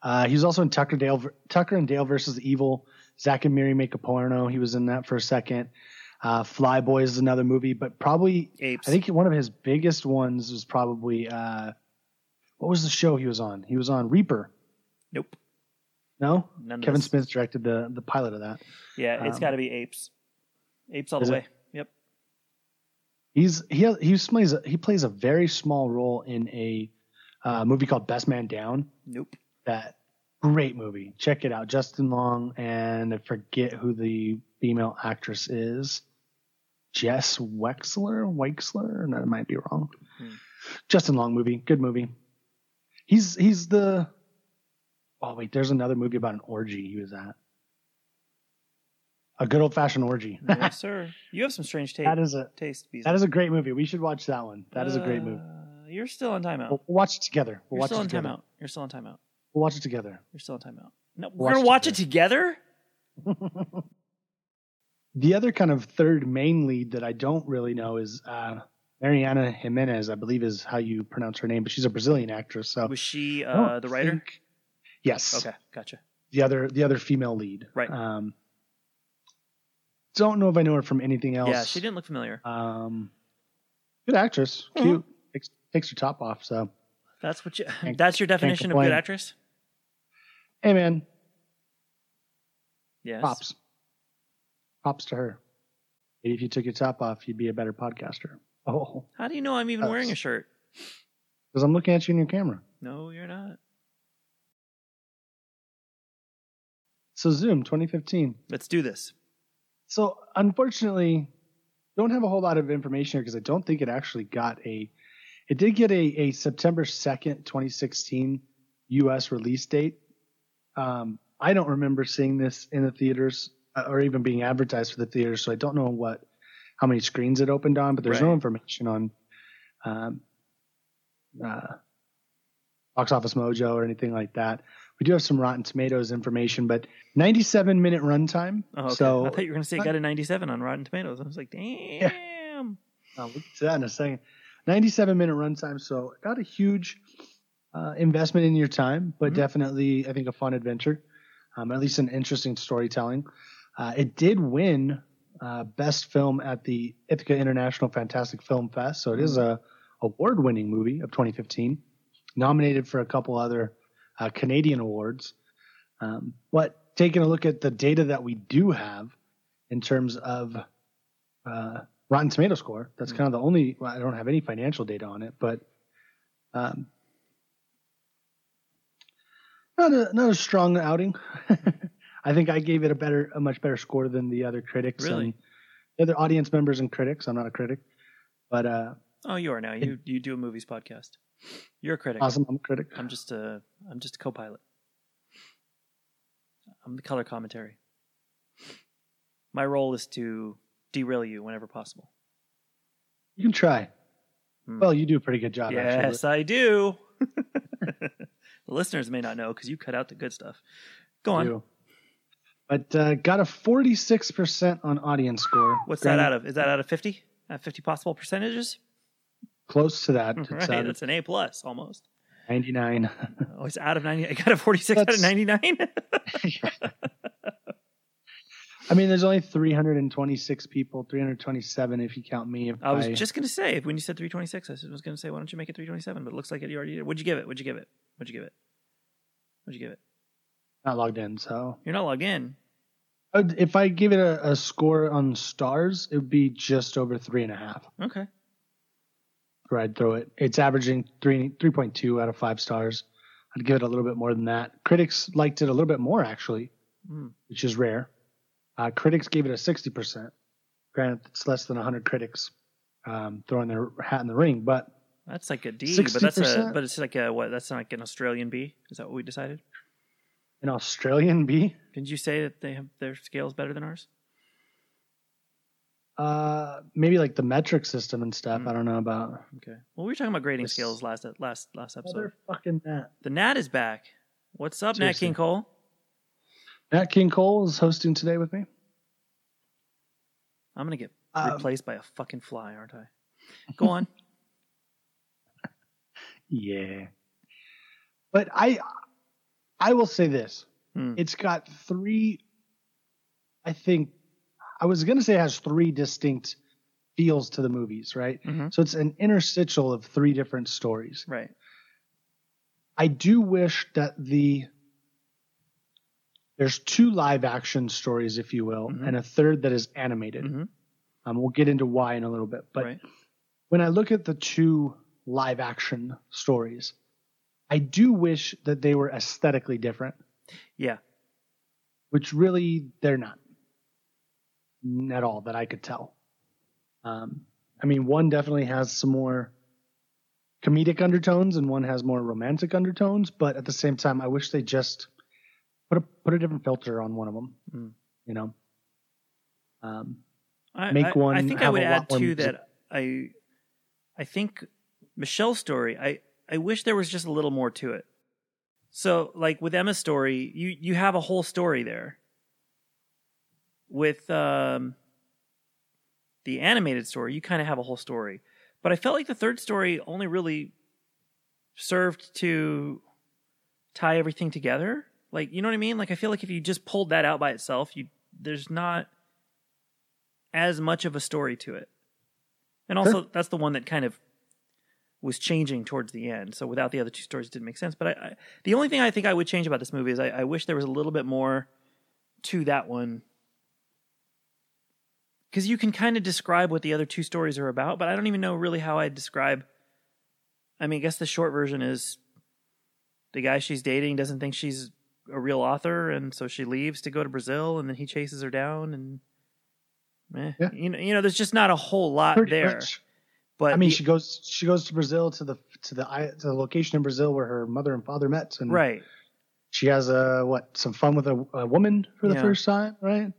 [SPEAKER 2] Uh, he was also in Tucker Dale, Tucker and Dale versus Evil. Zach and Miri make a porno. He was in that for a second. Uh, Fly Boy is another movie, but probably
[SPEAKER 3] Apes.
[SPEAKER 2] I think one of his biggest ones was probably uh, what was the show he was on? He was on Reaper.
[SPEAKER 3] nope.
[SPEAKER 2] No,
[SPEAKER 3] None of
[SPEAKER 2] Kevin
[SPEAKER 3] this.
[SPEAKER 2] Smith directed the the pilot of that.
[SPEAKER 3] Yeah, it's
[SPEAKER 2] um,
[SPEAKER 3] got to be apes. Apes all
[SPEAKER 2] is
[SPEAKER 3] the
[SPEAKER 2] it?
[SPEAKER 3] way. Yep.
[SPEAKER 2] He's he has- he plays a, he plays a very small role in a uh, movie called Best Man Down.
[SPEAKER 3] Nope.
[SPEAKER 2] That great movie. Check it out. Justin Long and I forget who the female actress is Jess Wexler. Wexler, no, I might be wrong.
[SPEAKER 3] Hmm.
[SPEAKER 2] Justin Long movie, good movie. He's he's the. Oh wait, there's another movie about an orgy he was at. A good old fashioned orgy.
[SPEAKER 3] yes, sir. You have some strange taste.
[SPEAKER 2] That is a
[SPEAKER 3] taste. Beasley.
[SPEAKER 2] that is a great movie. We should watch that one. That is a great movie.
[SPEAKER 3] Uh, You're still on timeout.
[SPEAKER 2] We'll, we'll watch it together. We'll
[SPEAKER 3] You're
[SPEAKER 2] watch
[SPEAKER 3] still
[SPEAKER 2] it
[SPEAKER 3] on
[SPEAKER 2] together.
[SPEAKER 3] timeout. You're still on timeout.
[SPEAKER 2] We'll watch it together.
[SPEAKER 3] You're still on timeout. No, we're
[SPEAKER 2] Watch
[SPEAKER 3] gonna watch it together.
[SPEAKER 2] The other kind of third main lead that I don't really know is uh, Mariana Jimenez, I believe is how you pronounce her name, but she's a Brazilian actress. So
[SPEAKER 3] Was she
[SPEAKER 2] I don't
[SPEAKER 3] uh, the writer?
[SPEAKER 2] think- yes.
[SPEAKER 3] Okay, gotcha.
[SPEAKER 2] The other the other female lead.
[SPEAKER 3] Right.
[SPEAKER 2] Um, don't know if I know her from anything else.
[SPEAKER 3] Yeah, she didn't look familiar.
[SPEAKER 2] Um, good actress,
[SPEAKER 3] Mhm.
[SPEAKER 2] cute. Takes, takes her top off. So
[SPEAKER 3] That's what you.
[SPEAKER 2] Can't-
[SPEAKER 3] That's your definition of good
[SPEAKER 2] complain.
[SPEAKER 3] actress.
[SPEAKER 2] hey man,
[SPEAKER 3] Yes.
[SPEAKER 2] props, props to her. Maybe if you took your top off, you'd be a better podcaster. Oh,
[SPEAKER 3] How do you know I'm even
[SPEAKER 2] Props.
[SPEAKER 3] wearing a shirt?
[SPEAKER 2] because I'm looking at you in your camera.
[SPEAKER 3] No, you're not.
[SPEAKER 2] So Zoom 2015.
[SPEAKER 3] Let's do this.
[SPEAKER 2] So unfortunately, don't have a whole lot of information here because I don't think it actually got a. It did get a, a September second, twenty sixteen, U.S. release date. Um, I don't remember seeing this in the theaters uh, or even being advertised for the theaters, so I don't know what how many screens it opened on. But there's no
[SPEAKER 3] Right.
[SPEAKER 2] information on um, uh, Box Office Mojo or anything like that. We do have some Rotten Tomatoes information, but 97 minute runtime.
[SPEAKER 3] Oh, okay.
[SPEAKER 2] So
[SPEAKER 3] I thought you were gonna say it got a 97 on Rotten Tomatoes. I was like, damn.
[SPEAKER 2] I'll look Uh, to that in a second. 97 minute runtime, so not a huge uh, investment in your time, but
[SPEAKER 3] Mhm.
[SPEAKER 2] definitely, I think, a fun adventure, um, at least an interesting storytelling. Uh, it did win uh, Best Film at the Ithaca International Fantastic Film Fest, so it is a award winning movie of 2015, nominated for a couple other uh, Canadian awards. Um, but taking a look at the data that we do have in terms of uh, Rotten Tomato score, that's kind of the only, well, I don't have any financial data on it, but um, not, a, not a strong outing. I think I gave it a better, a much better score than the other critics and
[SPEAKER 3] Really?
[SPEAKER 2] the other audience members and critics. I'm not a critic, but uh,
[SPEAKER 3] Oh, you are now. You you do a movies podcast. You're a critic.
[SPEAKER 2] awesome. I'm a critic.
[SPEAKER 3] I'm just a I'm just a co-pilot. I'm the color commentary. My role is to derail you whenever possible.
[SPEAKER 2] You can try.
[SPEAKER 3] Hmm.
[SPEAKER 2] Well, you do a pretty good job.
[SPEAKER 3] yes, I do. the listeners may not know because you cut out the good stuff. Go
[SPEAKER 2] actually.
[SPEAKER 3] on.
[SPEAKER 2] You. But uh, got a 46% on audience score.
[SPEAKER 3] What's
[SPEAKER 2] Granted,
[SPEAKER 3] that out of? Is that out of fifty? Out of fifty possible percentages?
[SPEAKER 2] Close to that. It's
[SPEAKER 3] Right,
[SPEAKER 2] out of
[SPEAKER 3] that's an A plus almost.
[SPEAKER 2] 99.
[SPEAKER 3] Oh, it's out of ninety. I got a forty-six out of
[SPEAKER 2] That's-
[SPEAKER 3] ninety-nine.
[SPEAKER 2] I mean, there's only 326 people, 327 if you count me. If
[SPEAKER 3] I was
[SPEAKER 2] I-
[SPEAKER 3] just gonna say when you said three twenty-six, I said- was gonna say why don't you make it three twenty-seven? But it looks like it you already did. What'd you give it? What'd you give it? What'd you give it? What'd you give it?
[SPEAKER 2] not logged in. So
[SPEAKER 3] You're not logged in.
[SPEAKER 2] I would- if I give it a, a score on stars, it would be just over three and a half
[SPEAKER 3] Okay.
[SPEAKER 2] where I'd throw it. It's averaging three, 3.2 out of five stars. I'd give it a little bit more than that. Critics liked it a little bit more, actually.
[SPEAKER 3] Mm.
[SPEAKER 2] which is rare. Uh, critics gave it a 60%. Granted, it's less than 100 critics um, throwing their hat in the ring, but
[SPEAKER 3] That's like a D, but that's a
[SPEAKER 2] 60%?
[SPEAKER 3] but it's like a what? That's like an Australian B. Is that what we decided?
[SPEAKER 2] an Australian B,
[SPEAKER 3] Didn't you say that they have their scales better than ours?
[SPEAKER 2] uh, maybe like the metric system and stuff. I don't know about.
[SPEAKER 3] Okay. Well, we were talking about grading
[SPEAKER 2] Yes.
[SPEAKER 3] scales last last last episode.
[SPEAKER 2] Motherfucking Nat.
[SPEAKER 3] The Nat is back. What's up, Nat
[SPEAKER 2] Seriously.
[SPEAKER 3] King Cole?
[SPEAKER 2] Nat King Cole is hosting today with me.
[SPEAKER 3] I'm gonna get
[SPEAKER 2] Uh,
[SPEAKER 3] replaced by a fucking fly, aren't I? Go on.
[SPEAKER 2] Yeah. But I I will say this.
[SPEAKER 3] Hmm.
[SPEAKER 2] It's got three I think I was going to say it has three distinct feels to the movies, right?
[SPEAKER 3] Mhm.
[SPEAKER 2] So it's an interstitial of three different stories.
[SPEAKER 3] right.
[SPEAKER 2] I do wish that the there's two live action stories, if you will,
[SPEAKER 3] Mhm.
[SPEAKER 2] and a third that is animated.
[SPEAKER 3] Mhm.
[SPEAKER 2] Um, we'll get into why in a little bit, but
[SPEAKER 3] right.
[SPEAKER 2] when I look at the two live action stories, I do wish that they were aesthetically different,
[SPEAKER 3] Yeah.
[SPEAKER 2] which really they're not. mm, at all that I could tell. Um, I mean, one definitely has some more comedic undertones, and one has more romantic undertones. But at the same time, I wish they just put a put a different filter on one of them.
[SPEAKER 3] Mm. Uh,
[SPEAKER 2] You know, um,
[SPEAKER 3] I,
[SPEAKER 2] Make
[SPEAKER 3] I-
[SPEAKER 2] one
[SPEAKER 3] I think I
[SPEAKER 2] have
[SPEAKER 3] would
[SPEAKER 2] a lot
[SPEAKER 3] add
[SPEAKER 2] more
[SPEAKER 3] too
[SPEAKER 2] music.
[SPEAKER 3] that I, I think Michelle's story. I I wish there was just a little more to it. So like with Emma's story, you you have a whole story there. With um, the animated story, you kind of have a whole story, but I felt like the third story only really served to tie everything together. Like you know what I mean? Like I feel like if you just pulled that out by itself, you there's not as much of a story to it. And also, that's the one that kind of was changing towards the end. So without the other two stories, it didn't make sense. But I, I the only thing I think I would change about this movie is I, I wish there was a little bit more to that one. Because you can kind of describe what the other two stories are about, but I don't even know really how I'd describe. I mean, I guess the short version is the guy she's dating doesn't think she's a real author, and so she leaves to go to Brazil, and then he chases her down, and eh,
[SPEAKER 2] Yeah.
[SPEAKER 3] you know, you know, there's just not a whole lot
[SPEAKER 2] pretty
[SPEAKER 3] there.
[SPEAKER 2] much.
[SPEAKER 3] But
[SPEAKER 2] I mean,
[SPEAKER 3] the-
[SPEAKER 2] she goes she goes to Brazil to the to the i- to the location in Brazil where her mother and father met, and
[SPEAKER 3] right,
[SPEAKER 2] she has a what some fun with a, a woman for the
[SPEAKER 3] Yeah.
[SPEAKER 2] first time, right?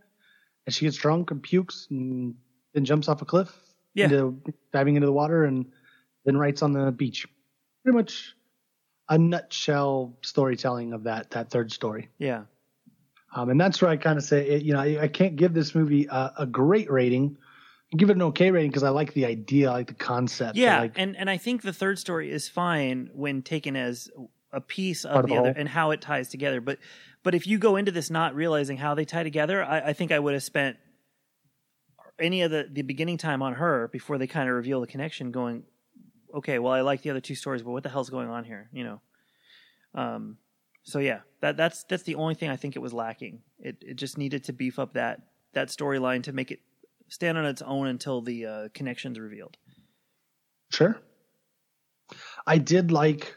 [SPEAKER 2] And she gets drunk and pukes, and then jumps off a cliff,
[SPEAKER 3] Yeah.
[SPEAKER 2] into, diving into the water, and then writes on the beach. Pretty much a nutshell storytelling of that that third story.
[SPEAKER 3] yeah.
[SPEAKER 2] Um, and that's where I kind of say, it, you know, I, I can't give this movie a, a great rating. I give it an okay rating because I like the idea, I like the concept. I
[SPEAKER 3] yeah
[SPEAKER 2] like-
[SPEAKER 3] and and i think the third story is fine when taken as a piece
[SPEAKER 2] Part of
[SPEAKER 3] of the
[SPEAKER 2] the
[SPEAKER 3] other
[SPEAKER 2] whole.
[SPEAKER 3] and how it ties together but but if you go into this not realizing how they tie together i, I think i would have spent any of the the beginning time on her before they kind of reveal the connection going okay well i like the other two stories but what the hell's going on here you know um so yeah that that's that's the only thing i think it was lacking it it just needed to beef up that that storyline to make it stand on its own until the uh, connection's revealed
[SPEAKER 2] Sure. I did like.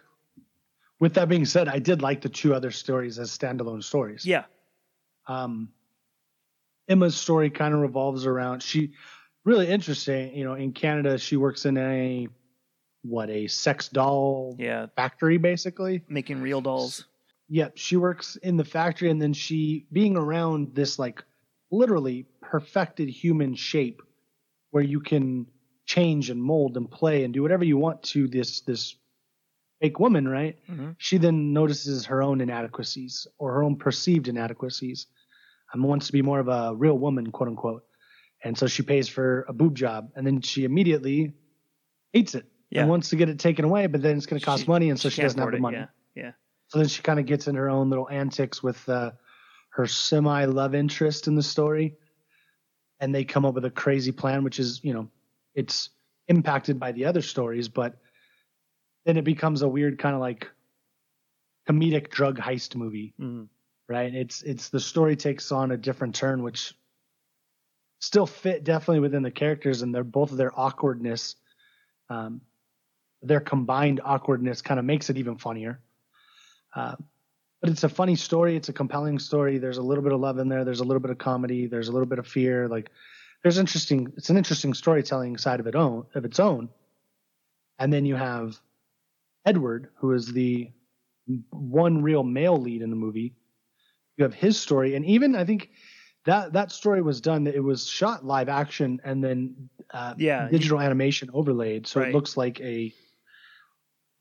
[SPEAKER 2] With that being said, I did like the two other stories as standalone stories.
[SPEAKER 3] yeah
[SPEAKER 2] Um, Emma's story kind of revolves around she really interesting. You know, in Canada, she works in a what a sex doll
[SPEAKER 3] Yeah,
[SPEAKER 2] factory, basically.
[SPEAKER 3] making real dolls.
[SPEAKER 2] Yep, she works in the factory, and then she being around this like literally perfected human shape, where you can change and mold and play and do whatever you want to this this fake woman, right?
[SPEAKER 3] Mhm.
[SPEAKER 2] She then notices her own inadequacies or her own perceived inadequacies, and wants to be more of a real woman, quote unquote. And so she pays for a boob job, and then she immediately hates it
[SPEAKER 3] Yeah.
[SPEAKER 2] and wants to get it taken away, but then it's going to cost
[SPEAKER 3] She-
[SPEAKER 2] money, and so she,
[SPEAKER 3] can't
[SPEAKER 2] doesn't have
[SPEAKER 3] afford
[SPEAKER 2] the
[SPEAKER 3] it,
[SPEAKER 2] money.
[SPEAKER 3] Yeah, yeah.
[SPEAKER 2] So then she kind of gets in her own little antics with uh, her semi love interest in the story, and they come up with a crazy plan, which is you know, it's impacted by the other stories, but then it becomes a weird kind of like comedic drug heist movie,
[SPEAKER 3] Mhm.
[SPEAKER 2] right? It's it's the story takes on a different turn, which still fit definitely within the characters and their both of their awkwardness, um, their combined awkwardness kind of makes it even funnier. Uh, but it's a funny story. It's a compelling story. There's a little bit of love in there. There's a little bit of comedy. There's a little bit of fear. Like there's interesting. It's an interesting storytelling side of it own of its own. And then you have Edward, who is the one real male lead in the movie. You have his story, and even I think that that story was done. It was shot live action and then uh,
[SPEAKER 3] Yeah, you-
[SPEAKER 2] digital animation overlaid, so
[SPEAKER 3] Right.
[SPEAKER 2] it looks like a.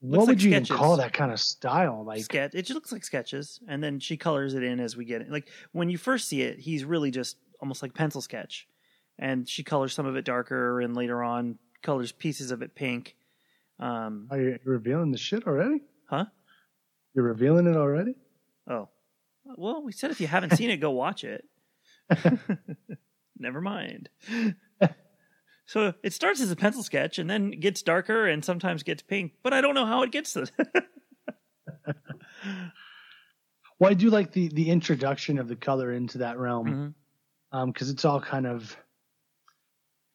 [SPEAKER 2] What
[SPEAKER 3] Looks
[SPEAKER 2] would
[SPEAKER 3] like
[SPEAKER 2] you even
[SPEAKER 3] sketches.
[SPEAKER 2] call that kind of style? Like
[SPEAKER 3] Sketch. It just looks like sketches, and then she colors it in as we get it. Like when you first see it, he's really just almost like pencil sketch, and she colors some of it darker, and later on colors pieces of it pink. Um.
[SPEAKER 2] Are you revealing the shit already?
[SPEAKER 3] Huh?
[SPEAKER 2] You're revealing it already?
[SPEAKER 3] Oh. Well, we said if you haven't seen it, go watch it. Never mind. So it starts as a pencil sketch and then gets darker and sometimes gets pink, but I don't know how it gets to
[SPEAKER 2] Well, I do like the the introduction of the color into that realm because
[SPEAKER 3] Mhm.
[SPEAKER 2] it's all kind of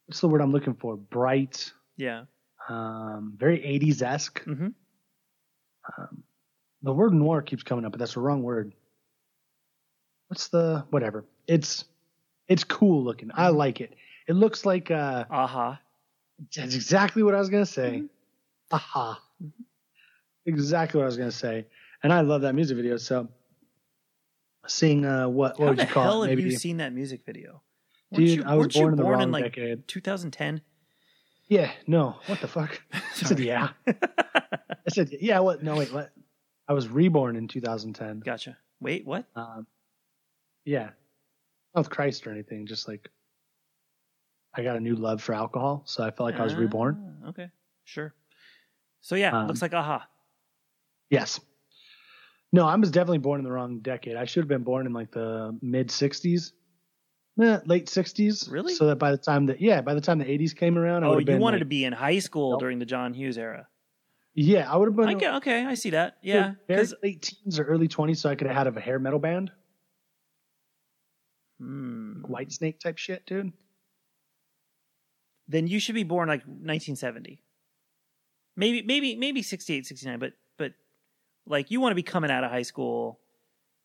[SPEAKER 2] what's the word I'm looking for? Bright,
[SPEAKER 3] Yeah.
[SPEAKER 2] um, very 80s esque.
[SPEAKER 3] Mhm.
[SPEAKER 2] Um, the word noir keeps coming up, but that's the wrong word. What's the whatever? It's It's cool looking. I
[SPEAKER 3] Mm-hmm.
[SPEAKER 2] like it. It looks like uh
[SPEAKER 3] Aha.
[SPEAKER 2] that's exactly what I was gonna say.
[SPEAKER 3] Mm-hmm.
[SPEAKER 2] Aha. Mm-hmm. Exactly what I was gonna say. And I love that music video, so seeing uh what what
[SPEAKER 3] How
[SPEAKER 2] would
[SPEAKER 3] the
[SPEAKER 2] you call
[SPEAKER 3] hell
[SPEAKER 2] it?
[SPEAKER 3] have
[SPEAKER 2] Maybe
[SPEAKER 3] you seen that music video? Weren't
[SPEAKER 2] dude,
[SPEAKER 3] you-
[SPEAKER 2] I was
[SPEAKER 3] weren't you
[SPEAKER 2] born in the wrong
[SPEAKER 3] like
[SPEAKER 2] decade.
[SPEAKER 3] 2010.
[SPEAKER 2] Yeah, no. What the fuck? I said
[SPEAKER 3] Sorry.
[SPEAKER 2] yeah. I said yeah, what no wait, what I was reborn in two thousand ten.
[SPEAKER 3] Gotcha. Wait, what?
[SPEAKER 2] Um, yeah, not with Christ or anything. Just like I got a new love for alcohol, so I felt like I was reborn.
[SPEAKER 3] Ah, Okay, sure. So yeah,
[SPEAKER 2] Um,
[SPEAKER 3] looks like uh-huh. aha.
[SPEAKER 2] Yes. No, I was definitely born in the wrong decade. I should have been born in like the mid '60s, eh, late '60s.
[SPEAKER 3] Really?
[SPEAKER 2] So that by the time that yeah, by the time the '80s came around, I
[SPEAKER 3] Oh,
[SPEAKER 2] would
[SPEAKER 3] you
[SPEAKER 2] have been
[SPEAKER 3] wanted
[SPEAKER 2] like-
[SPEAKER 3] to be in high school
[SPEAKER 2] Nope.
[SPEAKER 3] during the John Hughes era.
[SPEAKER 2] Yeah, I would have been.
[SPEAKER 3] I get, okay, I see that. Yeah,
[SPEAKER 2] very
[SPEAKER 3] because
[SPEAKER 2] late teens or early 20s, so I could have had a hair metal band,
[SPEAKER 3] Hmm.
[SPEAKER 2] White Snake type shit, dude.
[SPEAKER 3] then you should be born like 1970, maybe maybe maybe 68, 69. But but like you want to be coming out of high school.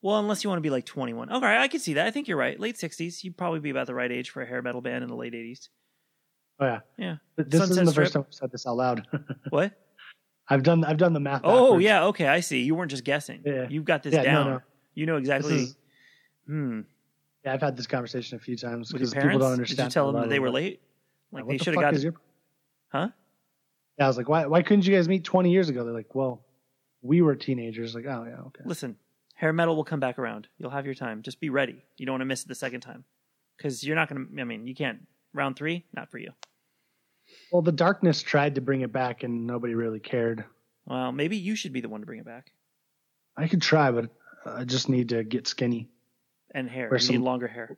[SPEAKER 3] Well, unless you want to be like 21. Okay, I can see that. I think you're right. Late 60s, you'd probably be about the right age for a hair metal band in the late 80s.
[SPEAKER 2] Oh yeah,
[SPEAKER 3] Yeah.
[SPEAKER 2] But this
[SPEAKER 3] Sunset
[SPEAKER 2] isn't the first
[SPEAKER 3] Strip.
[SPEAKER 2] time I've said this out loud.
[SPEAKER 3] What?
[SPEAKER 2] I've done I've done the math.
[SPEAKER 3] Oh
[SPEAKER 2] backwards.
[SPEAKER 3] yeah, okay, I see. You weren't just guessing.
[SPEAKER 2] Yeah.
[SPEAKER 3] You've got this
[SPEAKER 2] Yeah, no,
[SPEAKER 3] down.
[SPEAKER 2] no.
[SPEAKER 3] You know exactly.
[SPEAKER 2] This is-
[SPEAKER 3] hmm.
[SPEAKER 2] Yeah, I've had this conversation a few times
[SPEAKER 3] With your
[SPEAKER 2] because people
[SPEAKER 3] parents?
[SPEAKER 2] don't
[SPEAKER 3] Did you
[SPEAKER 2] understand.
[SPEAKER 3] tell
[SPEAKER 2] a
[SPEAKER 3] them
[SPEAKER 2] lot
[SPEAKER 3] that
[SPEAKER 2] of
[SPEAKER 3] they
[SPEAKER 2] the-
[SPEAKER 3] were late? Like
[SPEAKER 2] What
[SPEAKER 3] they
[SPEAKER 2] the
[SPEAKER 3] should have
[SPEAKER 2] fuck
[SPEAKER 3] got.
[SPEAKER 2] is your-
[SPEAKER 3] Huh?
[SPEAKER 2] Yeah, I was like, why why couldn't you guys meet 20 years ago? They're like, well, we were teenagers. Like, oh yeah, okay.
[SPEAKER 3] Listen, hair metal will come back around. You'll have your time. Just be ready. You don't want to miss it the second time, because you're not gonna. I mean, you can't. Round three, not for you.
[SPEAKER 2] Well, the darkness tried to bring it back, and nobody really cared.
[SPEAKER 3] Well, maybe you should be the one to bring it back.
[SPEAKER 2] I could try, but I just need to get skinny.
[SPEAKER 3] And hair.
[SPEAKER 2] Wear
[SPEAKER 3] you
[SPEAKER 2] some-
[SPEAKER 3] need longer hair.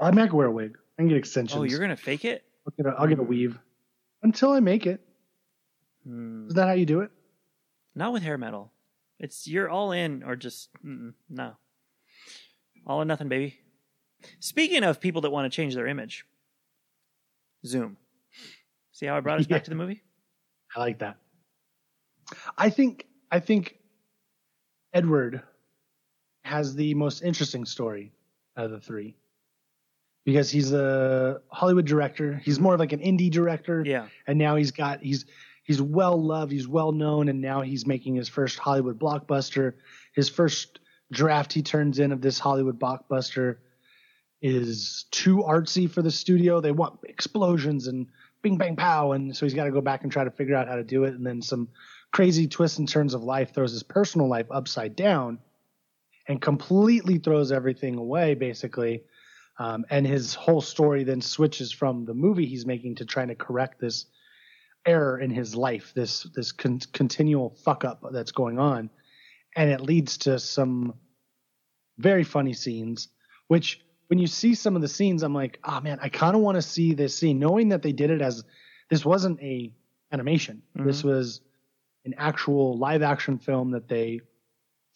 [SPEAKER 2] I might wear a wig. I can get extensions.
[SPEAKER 3] Oh, you're gonna fake it?
[SPEAKER 2] I'll get a, I'll get a weave until I make it.
[SPEAKER 3] Hmm.
[SPEAKER 2] Is that how you do it?
[SPEAKER 3] Not with hair metal. It's you're all in or just mm-mm, no. All or nothing, baby. Speaking of people that want to change their image, Zoom. See how I brought us
[SPEAKER 2] Yeah.
[SPEAKER 3] back to the movie?
[SPEAKER 2] I like that. I think I think Edward has the most interesting story out of the three because he's a Hollywood director. He's more of like an indie director,
[SPEAKER 3] Yeah.
[SPEAKER 2] and now he's got he's he's well loved, he's well known, and now he's making his first Hollywood blockbuster. His first draft he turns in of this Hollywood blockbuster is too artsy for the studio. They want explosions and bing bang pow, and so he's got to go back and try to figure out how to do it. And then some crazy twists and turns of life throws his personal life upside down, and completely throws everything away, basically. Um, and his whole story then switches from the movie he's making to trying to correct this error in his life, this this con- continual fuck up that's going on, and it leads to some very funny scenes. Which, when you see some of the scenes, I'm like, oh man, I kind of want to see this scene, knowing that they did it as this wasn't a animation.
[SPEAKER 3] Mm-hmm.
[SPEAKER 2] This was an actual live action film that they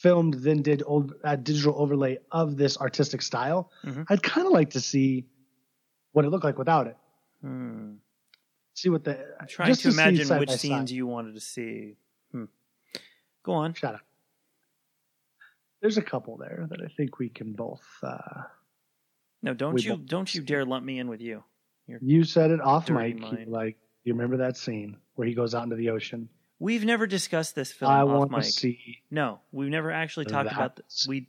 [SPEAKER 2] filmed, then did old, a digital overlay of this artistic style.
[SPEAKER 3] Mhm.
[SPEAKER 2] I'd kind of like to see what it looked like without it.
[SPEAKER 3] Hmm.
[SPEAKER 2] See what the
[SPEAKER 3] I'm trying
[SPEAKER 2] just
[SPEAKER 3] to
[SPEAKER 2] see
[SPEAKER 3] imagine
[SPEAKER 2] side
[SPEAKER 3] which
[SPEAKER 2] by side.
[SPEAKER 3] scenes you wanted to see. Hmm. Go on.
[SPEAKER 2] Shut up. There's a couple there that I think we can both. Uh,
[SPEAKER 3] No, don't
[SPEAKER 2] We
[SPEAKER 3] you
[SPEAKER 2] won't.
[SPEAKER 3] don't you dare lump me in with you.
[SPEAKER 2] you said it off
[SPEAKER 3] Dirty
[SPEAKER 2] mic.
[SPEAKER 3] mind.
[SPEAKER 2] you were Like, you remember that scene where he goes out into the ocean?
[SPEAKER 3] We've never discussed this film
[SPEAKER 2] I
[SPEAKER 3] off
[SPEAKER 2] want
[SPEAKER 3] mic.
[SPEAKER 2] to see.
[SPEAKER 3] No, we've never actually talked about this.
[SPEAKER 2] That's-
[SPEAKER 3] We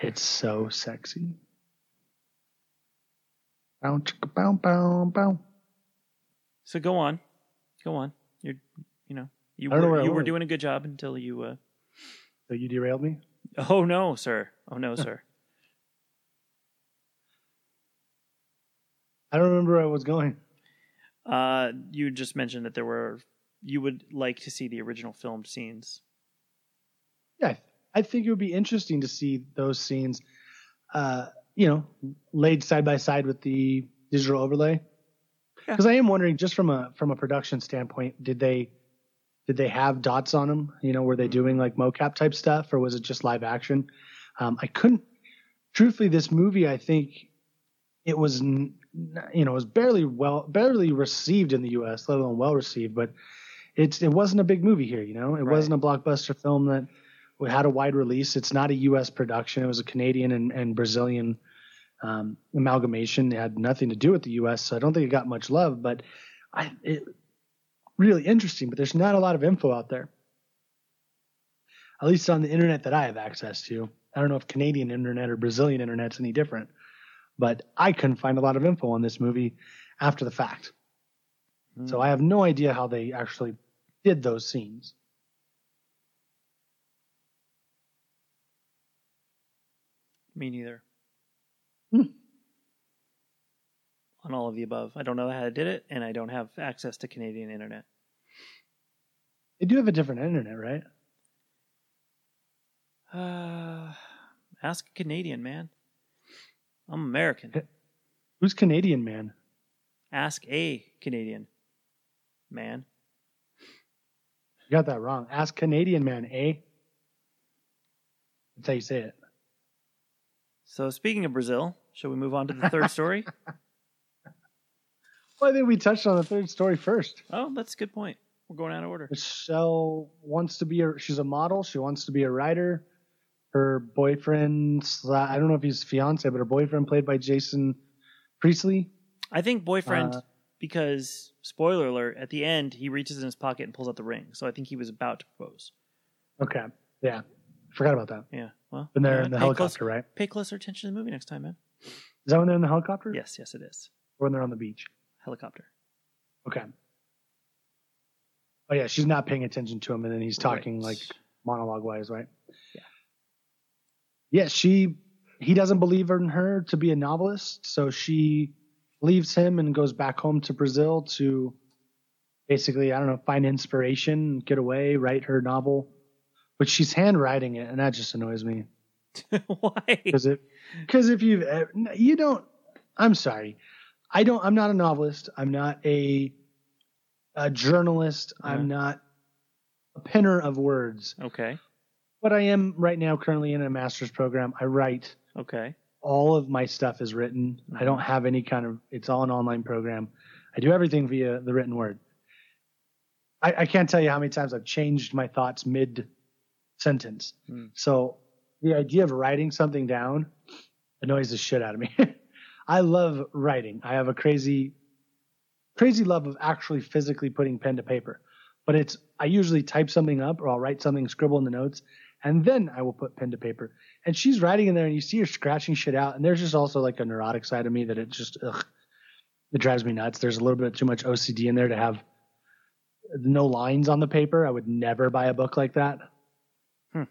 [SPEAKER 2] It's so sexy. Bow, chicka, bow, bow, bow.
[SPEAKER 3] So go on, go on. You're, you know, you
[SPEAKER 2] I don't know
[SPEAKER 3] were
[SPEAKER 2] where I
[SPEAKER 3] you were
[SPEAKER 2] was.
[SPEAKER 3] doing a good job until you. uh
[SPEAKER 2] So you derailed me.
[SPEAKER 3] Oh no, sir! Oh no, sir!
[SPEAKER 2] I don't remember where I was going.
[SPEAKER 3] Uh, you just mentioned that there were you would like to see the original filmed scenes.
[SPEAKER 2] yeah, I- I think it would be interesting to see those scenes, uh, you know, laid side by side with the digital overlay.
[SPEAKER 3] Yeah.
[SPEAKER 2] Because I am wondering, just from a from a production standpoint, did they did they have dots on them? You know, were they doing like mocap type stuff, or was it just live action? Um, I couldn't. Truthfully, this movie, I think it was, n- n- you know, it was barely well, barely received in the U.S., let alone well received. But it's it wasn't a big movie here. You know, it
[SPEAKER 3] Right.
[SPEAKER 2] wasn't a blockbuster film that we had a wide release. It's not a U.S. production. It was a Canadian and, and Brazilian um, amalgamation. It had nothing to do with the U.S., so I don't think it got much love. But I, it really interesting. But there's not a lot of info out there, at least on the internet that I have access to. I don't know if Canadian internet or Brazilian internet's any different, but I couldn't find a lot of info on this movie after the fact.
[SPEAKER 3] Hmm.
[SPEAKER 2] So I have no idea how they actually did those scenes.
[SPEAKER 3] Me neither.
[SPEAKER 2] Hmm.
[SPEAKER 3] On all of the above. I don't know how I did it, and I don't have access to Canadian internet.
[SPEAKER 2] They do have a different internet, right?
[SPEAKER 3] Uh, ask a Canadian, man. I'm American.
[SPEAKER 2] Who's Canadian, man?
[SPEAKER 3] Ask a Canadian, man.
[SPEAKER 2] You got that wrong. Ask Canadian man, eh? That's how you say it.
[SPEAKER 3] So, speaking of Brazil, shall we move on to the third story?
[SPEAKER 2] Well, I think we touched on the third story first.
[SPEAKER 3] Oh, that's a good point. We're going out of order.
[SPEAKER 2] Michelle wants to be a she's a model. She wants to be a writer. Her boyfriend, sla- I don't know if he's fiance, but her boyfriend played by Jason Priestley.
[SPEAKER 3] I think boyfriend,
[SPEAKER 2] Uh,
[SPEAKER 3] because spoiler alert, at the end he reaches in his pocket and pulls out the ring. So I think he was about to propose.
[SPEAKER 2] Okay, yeah, forgot about that.
[SPEAKER 3] Yeah. Well,
[SPEAKER 2] When they're
[SPEAKER 3] uh,
[SPEAKER 2] in the
[SPEAKER 3] pay
[SPEAKER 2] helicopter,
[SPEAKER 3] close-
[SPEAKER 2] right?
[SPEAKER 3] Pay closer attention to the movie next time, man.
[SPEAKER 2] Is that when they're in the helicopter?
[SPEAKER 3] Yes, yes, it is.
[SPEAKER 2] Or when they're on the beach?
[SPEAKER 3] Helicopter.
[SPEAKER 2] Okay. Oh yeah, she's not paying attention to him, and then he's talking
[SPEAKER 3] Right.
[SPEAKER 2] like monologue wise, right?
[SPEAKER 3] Yeah.
[SPEAKER 2] Yeah, she he doesn't believe in her to be a novelist, so she leaves him and goes back home to Brazil to basically, I don't know, find inspiration, get away, write her novel. But she's handwriting it, and that just annoys me
[SPEAKER 3] Why?
[SPEAKER 2] because it because if you've ever, you don't i'm sorry i don't i'm not a novelist i'm not a a journalist
[SPEAKER 3] Uh-huh.
[SPEAKER 2] i'm not a penner of words
[SPEAKER 3] Okay.
[SPEAKER 2] but i am right now currently in a master's program i write
[SPEAKER 3] Okay.
[SPEAKER 2] all of my stuff is written i don't have any kind of it's all an online program i do everything via the written word i, I can't tell you how many times i've changed my thoughts mid sentence
[SPEAKER 3] Hmm.
[SPEAKER 2] so the idea of writing something down annoys the shit out of me i love writing i have a crazy crazy love of actually physically putting pen to paper but it's i usually type something up or i'll write something scribble in the notes and then i will put pen to paper and she's writing in there and you see her scratching shit out and there's just also like a neurotic side of me that it just ugh, it drives me nuts there's a little bit too much ocd in there to have no lines on the paper i would never buy a book like that
[SPEAKER 3] Hmm.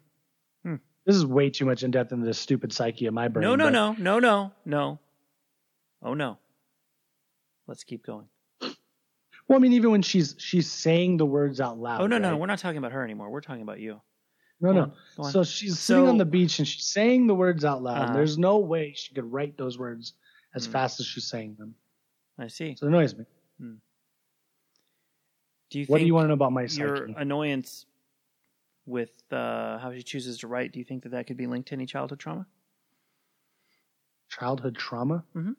[SPEAKER 3] Hmm.
[SPEAKER 2] this is way too much in depth into the stupid psyche of my brain
[SPEAKER 3] No, no,
[SPEAKER 2] but
[SPEAKER 3] no, no, no, no. Oh no. Let's keep going.
[SPEAKER 2] well i mean even when she's she's saying the words out loud
[SPEAKER 3] Oh no, no,
[SPEAKER 2] right?
[SPEAKER 3] we're not talking about her anymore. We're talking about you.
[SPEAKER 2] no
[SPEAKER 3] Go
[SPEAKER 2] no
[SPEAKER 3] on, go on.
[SPEAKER 2] So she's sitting
[SPEAKER 3] So-
[SPEAKER 2] on the beach and she's saying the words out loud.
[SPEAKER 3] Uh-huh.
[SPEAKER 2] There's no way she could write those words as
[SPEAKER 3] Mm.
[SPEAKER 2] fast as she's saying them.
[SPEAKER 3] I see.
[SPEAKER 2] So it annoys me.
[SPEAKER 3] Do you
[SPEAKER 2] what
[SPEAKER 3] think
[SPEAKER 2] do you want to know about my
[SPEAKER 3] your
[SPEAKER 2] psyche?
[SPEAKER 3] annoyance with uh, how she chooses to write? Do you think that that could be linked to any childhood trauma?
[SPEAKER 2] Childhood trauma?
[SPEAKER 3] Mhm.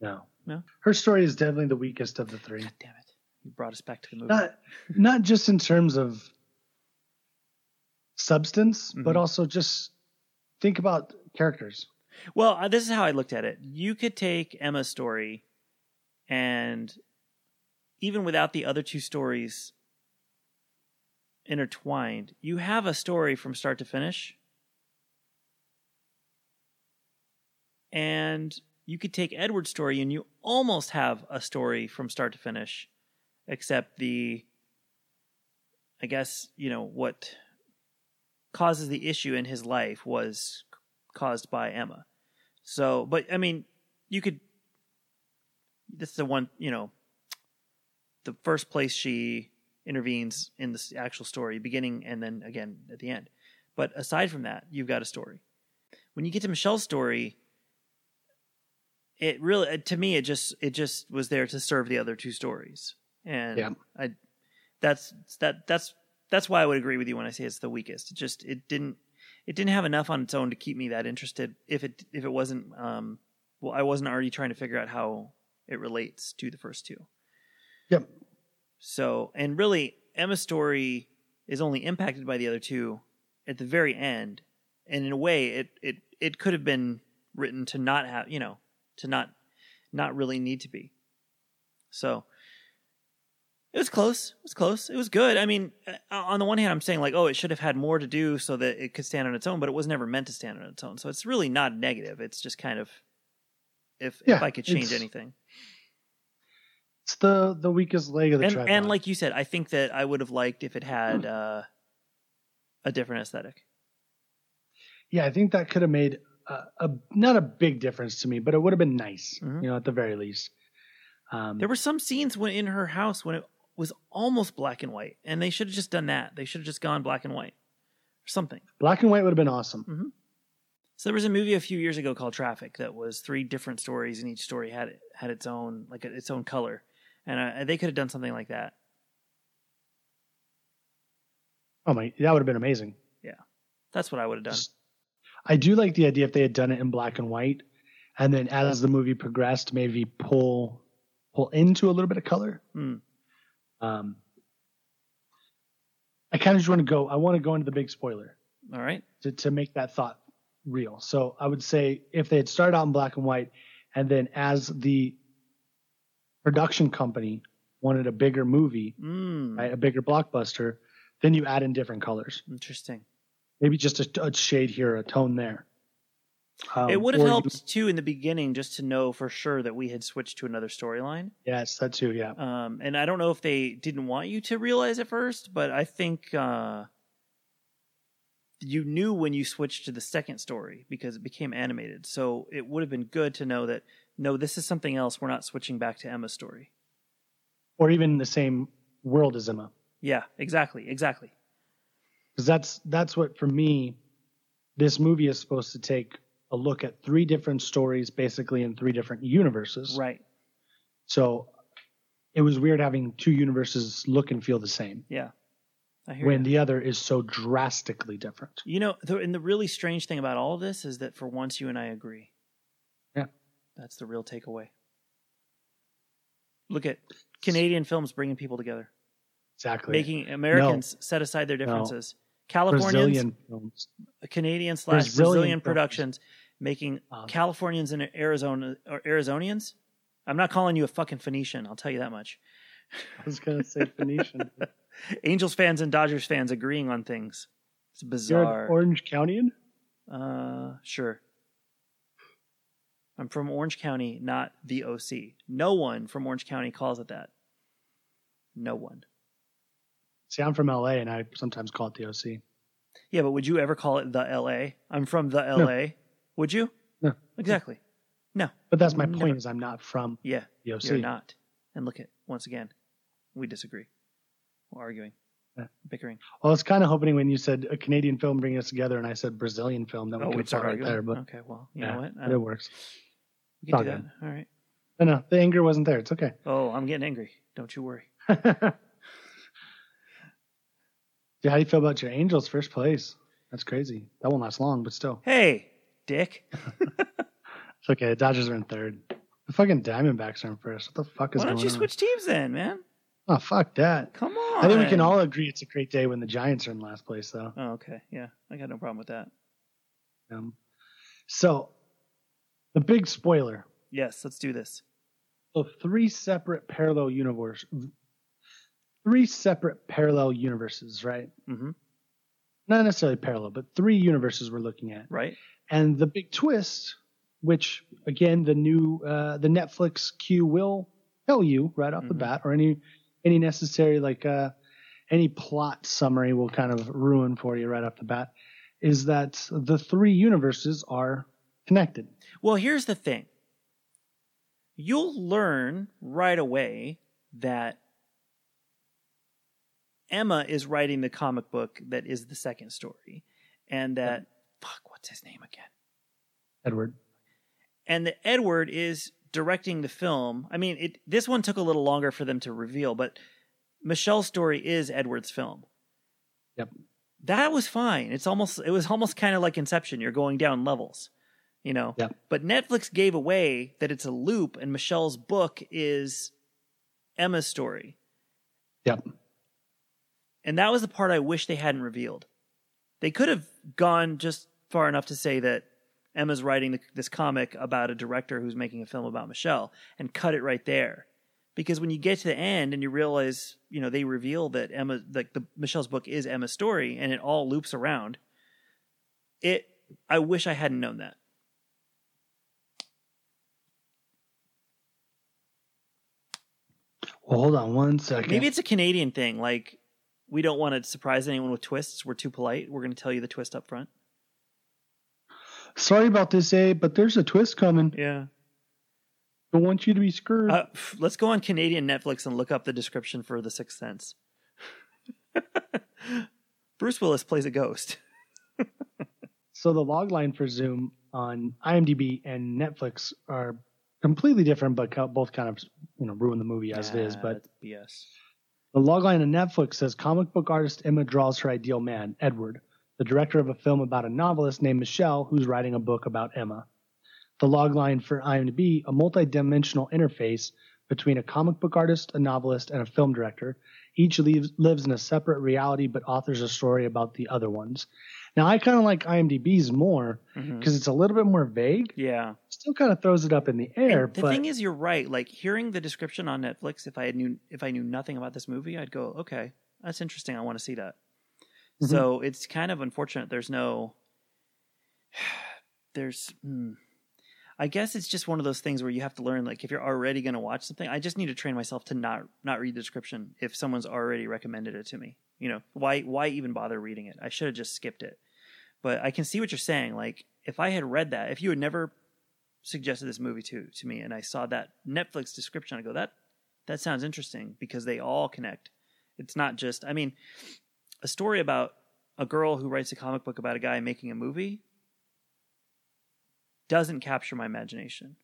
[SPEAKER 2] No.
[SPEAKER 3] No?
[SPEAKER 2] Her story is definitely the weakest of the three.
[SPEAKER 3] God damn it! You brought us back to the movie.
[SPEAKER 2] Not not just in terms of substance, but
[SPEAKER 3] Mhm.
[SPEAKER 2] also just think about characters.
[SPEAKER 3] Well, uh, this is how I looked at it. You could take Emma's story, and even without the other two stories intertwined, you have a story from start to finish. And you could take Edward's story, and you almost have a story from start to finish, except the, I guess, you know, what causes the issue in his life was caused by Emma. So, but I mean, you could. This is the one, you know, the first place she intervenes in the s- actual story, beginning and then again at the end. But aside from that, you've got a story. When you get to Michelle's story, it really, to me, it just it just was there to serve the other two stories, and
[SPEAKER 2] Yeah.
[SPEAKER 3] I, that's that that's that's why I would agree with you when I say it's the weakest. It just it didn't it didn't have enough on its own to keep me that interested if it if it wasn't um well I wasn't already trying to figure out how it relates to the first two.
[SPEAKER 2] Yep.
[SPEAKER 3] So and really Emma's story is only impacted by the other two at the very end. And in a way it it it could have been written to not have you know to not not really need to be. So it was close. It was close. It was good. I mean, uh, on the one hand, I'm saying like, oh, it should have had more to do so that it could stand on its own, but it was never meant to stand on its own. So it's really not negative. It's just kind of if
[SPEAKER 2] Yeah,
[SPEAKER 3] if I could change
[SPEAKER 2] it's-
[SPEAKER 3] anything.
[SPEAKER 2] It's the the weakest leg of the
[SPEAKER 3] and
[SPEAKER 2] tripod.
[SPEAKER 3] and like you said, I think that I would have liked if it had uh, a different aesthetic.
[SPEAKER 2] yeah, I think that could have made a, a not a big difference to me, but it would have been nice,
[SPEAKER 3] Mhm.
[SPEAKER 2] you know, at the very least. Um,
[SPEAKER 3] There were some scenes when in her house when it was almost black and white, and they should have just done that. They should have just gone black and white or something.
[SPEAKER 2] black and white would have been awesome.
[SPEAKER 3] So there was a movie a few years ago called Traffic that was three different stories, and each story had had its own like its own color, and uh, they could have done something like that.
[SPEAKER 2] Oh my, that would have been amazing.
[SPEAKER 3] That's what I would have done.
[SPEAKER 2] Just- I do like the idea if they had done it in black and white, and then as the movie progressed, maybe pull pull into a little bit of color.
[SPEAKER 3] Hmm.
[SPEAKER 2] Um, I kind of just want to go. I want to go into the big spoiler
[SPEAKER 3] All right,
[SPEAKER 2] to to make that thought real. So I would say if they had started out in black and white, and then as the production company wanted a bigger movie,
[SPEAKER 3] mm,
[SPEAKER 2] right, a bigger blockbuster, then you add in different colors.
[SPEAKER 3] interesting.
[SPEAKER 2] Maybe just a, a shade here, a tone there. Um,
[SPEAKER 3] it would have
[SPEAKER 2] or you-
[SPEAKER 3] helped too in the beginning just to know for sure that we had switched to another storyline.
[SPEAKER 2] Yes, that too. Yeah.
[SPEAKER 3] Um, and I don't know if they didn't want you to realize at first, but I think uh, you knew when you switched to the second story because it became animated. So it would have been good to know that no, this is something else. We're not switching back to Emma's story.
[SPEAKER 2] Or even in the same world as Emma,
[SPEAKER 3] Yeah, exactly, exactly.
[SPEAKER 2] because that's that's what for me, this movie is supposed to take a look at three different stories, basically in three different universes.
[SPEAKER 3] Right.
[SPEAKER 2] So it was weird having two universes look and feel the same
[SPEAKER 3] Yeah. I hear
[SPEAKER 2] when
[SPEAKER 3] ya.
[SPEAKER 2] the other is so drastically different.
[SPEAKER 3] You know, the, and the really strange thing about all of this is that for once you and I agree.
[SPEAKER 2] Yeah.
[SPEAKER 3] That's the real takeaway. Look at Canadian films bringing people together,
[SPEAKER 2] Exactly.
[SPEAKER 3] making Americans set aside their differences. Californians,
[SPEAKER 2] Brazilian films.
[SPEAKER 3] Canadian slash
[SPEAKER 2] Brazilian
[SPEAKER 3] Brazilian,
[SPEAKER 2] films.
[SPEAKER 3] productions, making
[SPEAKER 2] Um,
[SPEAKER 3] Californians and Arizona or Arizonians. I'm not calling you a fucking Phoenician. I'll tell you that much.
[SPEAKER 2] I was gonna say Phoenician.
[SPEAKER 3] Angels fans and Dodgers fans agreeing on things. It's
[SPEAKER 2] You're
[SPEAKER 3] bizarre.
[SPEAKER 2] an Orange Countyan.
[SPEAKER 3] Uh, sure. I'm from Orange County, not the OC. No one from Orange County calls it that. No one.
[SPEAKER 2] See, I'm from LA, and I sometimes call it the OC.
[SPEAKER 3] Yeah, but would you ever call it the LA? I'm from the LA. Would you?
[SPEAKER 2] No.
[SPEAKER 3] Exactly.
[SPEAKER 2] But that's my
[SPEAKER 3] Never.
[SPEAKER 2] point: is I'm not from
[SPEAKER 3] Yeah,
[SPEAKER 2] the OC.
[SPEAKER 3] you're not. And look at once again, we disagree. We're arguing,
[SPEAKER 2] Yeah.
[SPEAKER 3] bickering.
[SPEAKER 2] Well, I was kind of hoping when you said a Canadian film bringing us together, and I said Brazilian film,
[SPEAKER 3] Oh,
[SPEAKER 2] that we could start right
[SPEAKER 3] arguing.
[SPEAKER 2] there. But
[SPEAKER 3] okay, well, you
[SPEAKER 2] yeah,
[SPEAKER 3] know what? Uh,
[SPEAKER 2] but it works.
[SPEAKER 3] we can do
[SPEAKER 2] all
[SPEAKER 3] that.
[SPEAKER 2] good.
[SPEAKER 3] All right.
[SPEAKER 2] No, no, the anger wasn't there. It's okay.
[SPEAKER 3] Oh, I'm getting angry. Don't you worry.
[SPEAKER 2] Dude, how do you feel about your Angels first place? That's crazy. That won't last long, but still,
[SPEAKER 3] Hey, Dick.
[SPEAKER 2] it's okay. The Dodgers are in third. The fucking Diamondbacks are in first. What the fuck is
[SPEAKER 3] Why
[SPEAKER 2] going
[SPEAKER 3] don't you
[SPEAKER 2] on?
[SPEAKER 3] switch teams then, man?
[SPEAKER 2] Oh, fuck that.
[SPEAKER 3] Come on.
[SPEAKER 2] I think we can all agree it's a great day when the Giants are in last place, though.
[SPEAKER 3] Oh, okay. Yeah. I got no problem with that.
[SPEAKER 2] Um, so, the big spoiler
[SPEAKER 3] Yes, let's do this.
[SPEAKER 2] So three separate parallel universe, three separate parallel universes, right?
[SPEAKER 3] hmm
[SPEAKER 2] Not necessarily parallel, but three universes we're looking at.
[SPEAKER 3] Right?
[SPEAKER 2] And the big twist, which again the new uh, the Netflix queue will tell you right off the
[SPEAKER 3] Mhm.
[SPEAKER 2] bat, or any any necessary like uh, any plot summary will kind of ruin for you right off the bat, is that the three universes are connected.
[SPEAKER 3] Well, here's the thing you'll learn right away that Emma is writing the comic book that is the second story, and that, fuck, what's his name again?
[SPEAKER 2] Edward,
[SPEAKER 3] and that Edward is directing the film. I mean, it this one took a little longer for them to reveal, but Michelle's story is Edward's film.
[SPEAKER 2] Yep.
[SPEAKER 3] That was fine. It's almost it was almost kind of like Inception. You're going down levels, you know.
[SPEAKER 2] Yep.
[SPEAKER 3] But Netflix gave away that it's a loop, and Michelle's book is Emma's story,
[SPEAKER 2] yep,
[SPEAKER 3] and that was the part I wish they hadn't revealed. They could have gone just far enough to say that Emma's writing the, this comic about a director who's making a film about Michelle and cut it right there. Because when you get to the end and you realize, you know, they reveal that Emma, like the Michelle's book is Emma's story and it all loops around. It, I wish I hadn't known that.
[SPEAKER 2] Well, hold on one second.
[SPEAKER 3] Maybe it's a Canadian thing. Like, we don't want to surprise anyone with twists. We're too polite. We're going to tell you the twist up front.
[SPEAKER 2] Sorry about this, A, but there's a twist coming.
[SPEAKER 3] Yeah.
[SPEAKER 2] Don't want you to be screwed.
[SPEAKER 3] Uh, pff, let's go on Canadian Netflix and look up the description for The Sixth Sense. Bruce Willis plays a ghost.
[SPEAKER 2] so the log line for Zoom on IMDb and Netflix are completely different, but co- both kind of you know ruin the movie as it is.
[SPEAKER 3] Ah,
[SPEAKER 2] But
[SPEAKER 3] that's BS.
[SPEAKER 2] The logline on Netflix says comic book artist Emma draws her ideal man, Edward, the director of a film about a novelist named Michelle who's writing a book about Emma. The logline for IMDb, a multi-dimensional interface between a comic book artist, a novelist, and a film director. Each leaves, lives in a separate reality but authors a story about the other ones. Now, I kind of like IMDb's more
[SPEAKER 3] Mhm.
[SPEAKER 2] because it's a little bit more vague.
[SPEAKER 3] Yeah.
[SPEAKER 2] Still kind of throws it up in the air,
[SPEAKER 3] And the
[SPEAKER 2] but
[SPEAKER 3] thing is, you're right. Like hearing the description on Netflix, if I had knew if I knew nothing about this movie, I'd go, okay, that's interesting. I want to see that.
[SPEAKER 2] Mhm.
[SPEAKER 3] So it's kind of unfortunate. There's no. There's. Hmm. I guess it's just one of those things where you have to learn. Like if you're already going to watch something, I just need to train myself to not not read the description if someone's already recommended it to me. You know why why even bother reading it? I should have just skipped it. But I can see what you're saying. Like if I had read that, if you had never suggested this movie to to me and I saw that Netflix description I go that that sounds interesting because they all connect. It's not just I mean a story about a girl who writes a comic book about a guy making a movie doesn't capture my imagination.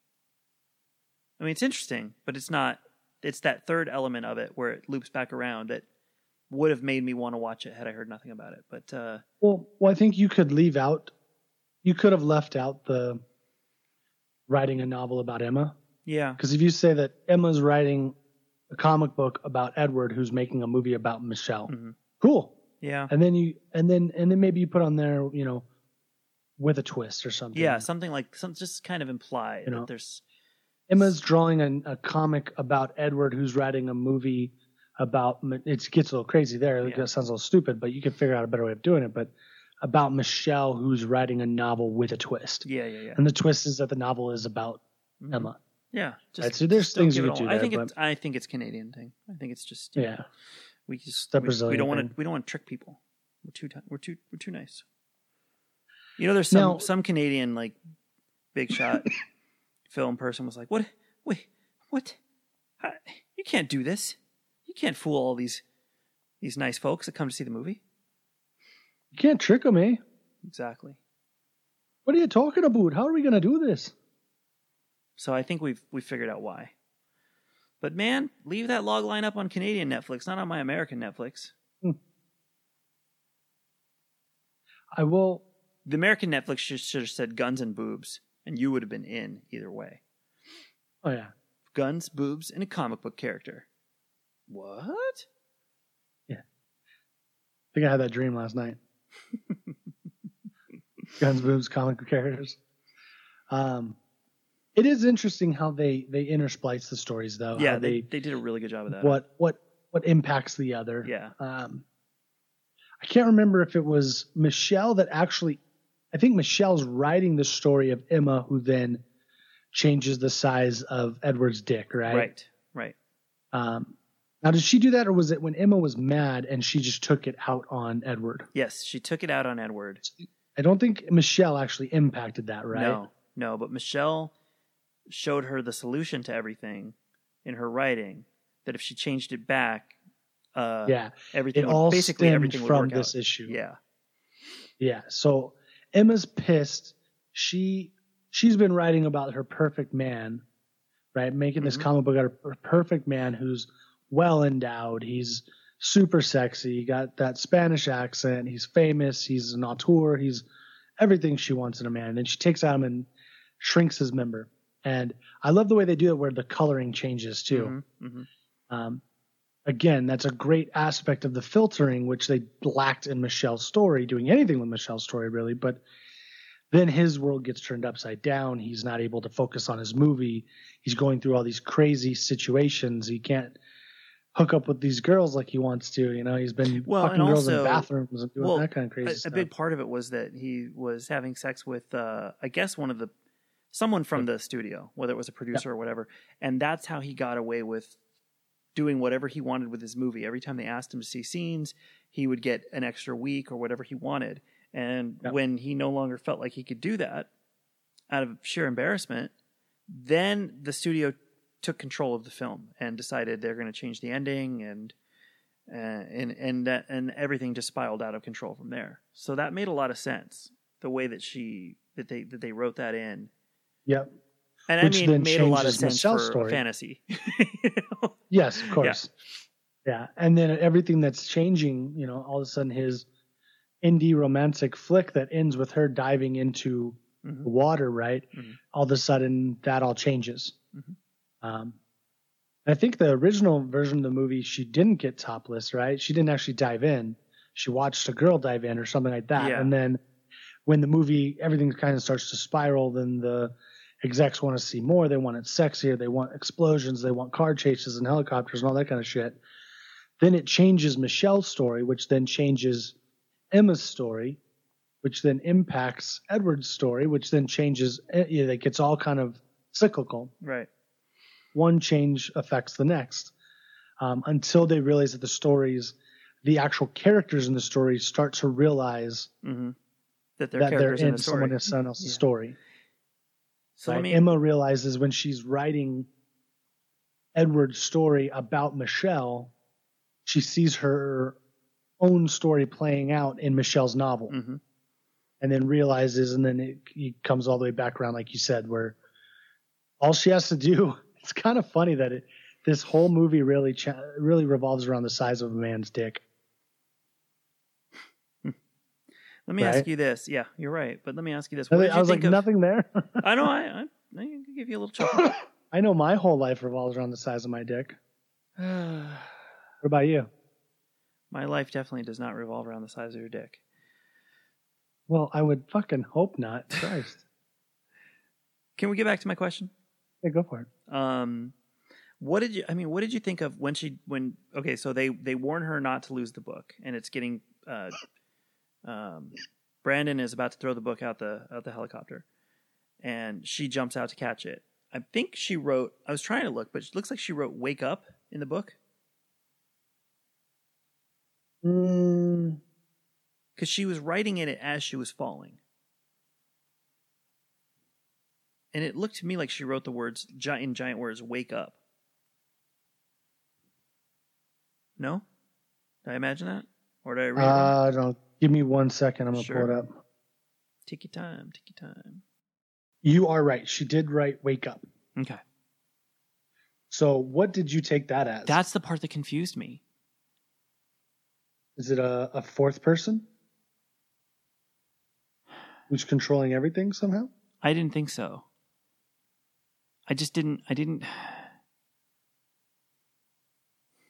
[SPEAKER 3] I mean it's interesting, but it's not it's that third element of it where it loops back around that would have made me want to watch it had I heard nothing about it. But uh
[SPEAKER 2] Well, well, I think you could leave out, you could have left out the writing a novel about Emma.
[SPEAKER 3] yeah.
[SPEAKER 2] Because if you say that Emma's writing a comic book about Edward, who's making a movie about Michelle,
[SPEAKER 3] Mhm.
[SPEAKER 2] cool.
[SPEAKER 3] Yeah.
[SPEAKER 2] And then you, and then, and then maybe you put on there, you know, with a twist or something.
[SPEAKER 3] Yeah, something like some just kind of imply
[SPEAKER 2] You know.
[SPEAKER 3] that there's
[SPEAKER 2] Emma's drawing a, a comic about Edward, who's writing a movie about. Mi- It gets a little crazy there.
[SPEAKER 3] Yeah.
[SPEAKER 2] It sounds a little stupid, but you can figure out a better way of doing it. But about Michelle, who's writing a novel with a twist.
[SPEAKER 3] yeah, yeah, yeah.
[SPEAKER 2] and the twist is that the novel is about
[SPEAKER 3] Mhm.
[SPEAKER 2] Emma.
[SPEAKER 3] Yeah,
[SPEAKER 2] Right, so there's
[SPEAKER 3] don't
[SPEAKER 2] things
[SPEAKER 3] give
[SPEAKER 2] you
[SPEAKER 3] it
[SPEAKER 2] could do
[SPEAKER 3] all- I
[SPEAKER 2] there,
[SPEAKER 3] think
[SPEAKER 2] but-
[SPEAKER 3] it's I think it's Canadian thing. I think it's just yeah.
[SPEAKER 2] Yeah,
[SPEAKER 3] We just
[SPEAKER 2] the
[SPEAKER 3] we, we
[SPEAKER 2] Brazilian
[SPEAKER 3] don't want to
[SPEAKER 2] thing.
[SPEAKER 3] we don't want to trick people. We're too ti- we're too we're too nice. You know, there's some
[SPEAKER 2] Now-
[SPEAKER 3] some Canadian like big shot film person was like, "What? Wait, what? I, you can't do this. You can't fool all these these nice folks that come to see the movie."
[SPEAKER 2] you can't trick them, eh?
[SPEAKER 3] Exactly.
[SPEAKER 2] What are you talking about? How are we gonna do this?
[SPEAKER 3] So I think we've we figured out why. But man, leave that log line up on Canadian Netflix, not on my American Netflix.
[SPEAKER 2] I will.
[SPEAKER 3] The American Netflix should, should have said guns and boobs, and you would have been in either way.
[SPEAKER 2] Oh yeah,
[SPEAKER 3] Guns, boobs, and a comic book character. What?
[SPEAKER 2] I think I had that dream last night. Guns, boobs, comic book characters. Um, it is interesting how they they intersplice the stories though.
[SPEAKER 3] yeah,
[SPEAKER 2] how
[SPEAKER 3] they, they did a really good job of that.
[SPEAKER 2] what what what impacts the other.
[SPEAKER 3] Yeah.
[SPEAKER 2] Um, I can't remember if it was Michelle that actually. I think Michelle's writing the story of Emma, who then changes the size of Edward's dick, right?
[SPEAKER 3] Right. Right. right.
[SPEAKER 2] Um, now, did she do that, or was it when Emma was mad and she just took it out on Edward?
[SPEAKER 3] Yes, she took it out on Edward.
[SPEAKER 2] I don't think Michelle actually impacted that, right?
[SPEAKER 3] No, no, but Michelle showed her the solution to everything in her writing. That if she changed it back, uh,
[SPEAKER 2] Yeah,
[SPEAKER 3] everything
[SPEAKER 2] it
[SPEAKER 3] would-
[SPEAKER 2] all
[SPEAKER 3] basically
[SPEAKER 2] stemmed
[SPEAKER 3] everything would
[SPEAKER 2] from
[SPEAKER 3] work
[SPEAKER 2] this
[SPEAKER 3] out.
[SPEAKER 2] issue.
[SPEAKER 3] Yeah,
[SPEAKER 2] Yeah. So Emma's pissed. She she's been writing about her perfect man, right? Making this
[SPEAKER 3] Mhm.
[SPEAKER 2] comic book about her perfect man who's well endowed. He's super sexy. He got that Spanish accent. He's famous. He's an auteur. He's everything she wants in a man. And then she takes out him and shrinks his member. And I love the way they do it where the coloring changes too.
[SPEAKER 3] Mhm, mhm.
[SPEAKER 2] Um, again, that's a great aspect of the filtering, which they lacked in Michelle's story, doing anything with Michelle's story, really. But then his world gets turned upside down. He's not able to focus on his movie. He's going through all these crazy situations. He can't hook up with these girls like he wants to. You know, he's been
[SPEAKER 3] Well,
[SPEAKER 2] fucking
[SPEAKER 3] and
[SPEAKER 2] girls in
[SPEAKER 3] also-
[SPEAKER 2] bathrooms and doing
[SPEAKER 3] well,
[SPEAKER 2] that kind of crazy
[SPEAKER 3] a, a
[SPEAKER 2] stuff.
[SPEAKER 3] big part of it was that he was having sex with uh i guess one of the someone from the studio whether it was a producer or whatever and that's how he got away with doing whatever he wanted with his movie every time they asked him to see scenes he would get an extra week or whatever he wanted and
[SPEAKER 2] Yeah.
[SPEAKER 3] when he no longer felt like he could do that out of sheer embarrassment then the studio took control of the film and decided they're going to change the ending and uh, and and that and everything just spiraled out of control from there. So that made a lot of sense the way that she that they that they wrote that in.
[SPEAKER 2] yep.
[SPEAKER 3] And
[SPEAKER 2] Which
[SPEAKER 3] I
[SPEAKER 2] then
[SPEAKER 3] mean, made a lot of
[SPEAKER 2] changes
[SPEAKER 3] sense
[SPEAKER 2] Michelle's
[SPEAKER 3] for a
[SPEAKER 2] story.
[SPEAKER 3] fantasy.
[SPEAKER 2] Yes, of course. Yeah. And then everything that's changing, you know, all of a sudden his indie romantic flick that ends with her diving into
[SPEAKER 3] Mhm.
[SPEAKER 2] the water, right?
[SPEAKER 3] Mhm.
[SPEAKER 2] All of a sudden that all changes.
[SPEAKER 3] Mhm.
[SPEAKER 2] Um, I think the original version of the movie, she didn't get topless, right? She didn't actually dive in. She watched a girl dive in or something like that.
[SPEAKER 3] Yeah.
[SPEAKER 2] And then when the movie, everything kind of starts to spiral, then the execs want to see more. They want it sexier. They want explosions. They want car chases and helicopters and all that kind of shit. Then it changes Michelle's story, which then changes Emma's story, which then impacts Edward's story, which then changes. eh, You know, it gets all kind of cyclical
[SPEAKER 3] right.
[SPEAKER 2] one change affects the next um, until they realize that the stories the actual characters in the story start to realize
[SPEAKER 3] hmm That their
[SPEAKER 2] that they're
[SPEAKER 3] characters in
[SPEAKER 2] in
[SPEAKER 3] the story.
[SPEAKER 2] someone, someone else's
[SPEAKER 3] Yeah.
[SPEAKER 2] story
[SPEAKER 3] so
[SPEAKER 2] right?
[SPEAKER 3] let me
[SPEAKER 2] emma realizes when she's writing edward's story about michelle she sees her own story playing out in michelle's novel
[SPEAKER 3] Mhm.
[SPEAKER 2] and then realizes, and then it, it comes all the way back around, like you said, where all she has to do. It's kind of funny that it this whole movie really cha- really revolves around the size of a man's dick.
[SPEAKER 3] let me ask
[SPEAKER 2] right?
[SPEAKER 3] you this. Yeah, you're right. But let me ask you this. What
[SPEAKER 2] I
[SPEAKER 3] did you
[SPEAKER 2] was like,
[SPEAKER 3] think of-
[SPEAKER 2] nothing there.
[SPEAKER 3] I know. I, I, I can give you a little chuckle.
[SPEAKER 2] I know my whole life revolves around the size of my dick.
[SPEAKER 3] My
[SPEAKER 2] What about you?
[SPEAKER 3] life definitely does not revolve around the size of your dick.
[SPEAKER 2] Well, I would fucking hope not. Christ,
[SPEAKER 3] Can we get back to my question?
[SPEAKER 2] yeah, go for it.
[SPEAKER 3] Um, what did you? I mean, what did you think of when she when? Okay, so they they warn her not to lose the book, and it's getting. Uh, um, Brandon is about to throw the book out the out the helicopter, and she jumps out to catch it. I think she wrote. I was trying to look, but it looks like she wrote "Wake Up" in the book
[SPEAKER 2] Mm,
[SPEAKER 3] because she was writing in it as she was falling. And it looked to me like she wrote the words giant in giant words "Wake Up." No, did I imagine that, or did I read it wrong?
[SPEAKER 2] uh, don't give me one second. I'm gonna
[SPEAKER 3] Sure.
[SPEAKER 2] pull it up.
[SPEAKER 3] Take your time. Take your time.
[SPEAKER 2] You are right. She did write "Wake Up."
[SPEAKER 3] Okay,
[SPEAKER 2] So, what did you take that as?
[SPEAKER 3] that's the part that confused me.
[SPEAKER 2] Is it a, a fourth person who's controlling everything somehow?
[SPEAKER 3] I didn't think so. I just didn't. I didn't.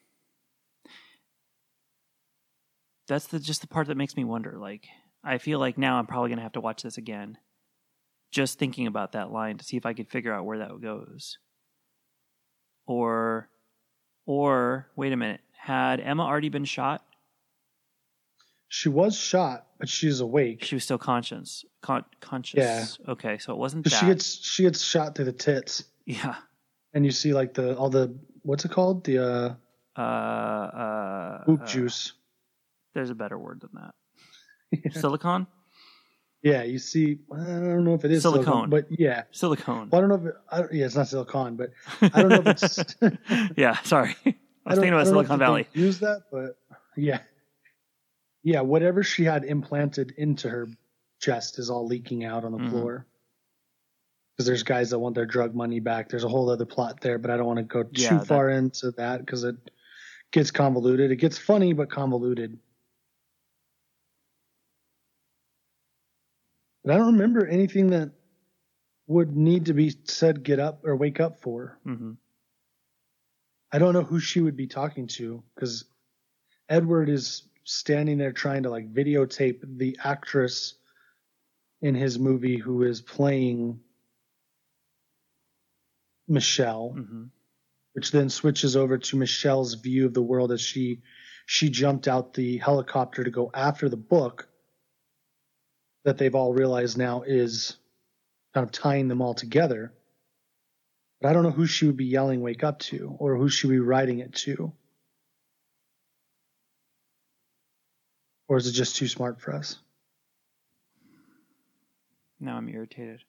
[SPEAKER 3] That's the just the part that makes me wonder. Like, I feel like now I'm probably gonna have to watch this again, just thinking about that line to see if I could figure out where that goes. Or, or wait a minute. Had Emma already been shot?
[SPEAKER 2] She was shot, but she's awake.
[SPEAKER 3] She was still conscious. Con- conscious. Yeah. Okay, so it wasn't
[SPEAKER 2] 'Cause
[SPEAKER 3] that.
[SPEAKER 2] she gets she gets shot through the tits,
[SPEAKER 3] yeah.
[SPEAKER 2] and you see like the all the what's it called the uh,
[SPEAKER 3] uh, uh,
[SPEAKER 2] poop
[SPEAKER 3] uh,
[SPEAKER 2] juice.
[SPEAKER 3] There's a better word than that. Silicon,
[SPEAKER 2] Yeah, you see. I don't know if it is
[SPEAKER 3] Silicone.
[SPEAKER 2] silicone, but yeah.
[SPEAKER 3] silicone.
[SPEAKER 2] Well, I don't know if it, I, don't- yeah, it's not silicone, but I don't know if it's. I
[SPEAKER 3] yeah, sorry. I
[SPEAKER 2] don't-
[SPEAKER 3] was thinking
[SPEAKER 2] I
[SPEAKER 3] about
[SPEAKER 2] don't know
[SPEAKER 3] Silicon
[SPEAKER 2] if they
[SPEAKER 3] Valley.
[SPEAKER 2] Use that, but yeah, yeah. Whatever she had implanted into her chest is all leaking out on the
[SPEAKER 3] Mhm.
[SPEAKER 2] floor. Because there's guys that want their drug money back. There's a whole other plot there, but I don't want to go too
[SPEAKER 3] Yeah, that-
[SPEAKER 2] far into that because it gets convoluted. It gets funny, but convoluted. But I don't remember anything that would need to be said. Get up or wake up for.
[SPEAKER 3] hmm
[SPEAKER 2] I don't know who she would be talking to because Edward is standing there trying to like videotape the actress in his movie who is playing Michelle,
[SPEAKER 3] hmm
[SPEAKER 2] which then switches over to Michelle's view of the world as she she jumped out the helicopter to go after the book that they've all realized now is kind of tying them all together. But I don't know who she would be yelling wake up to or who she would be writing it to. Or is it just too smart for us?
[SPEAKER 3] Now I'm irritated.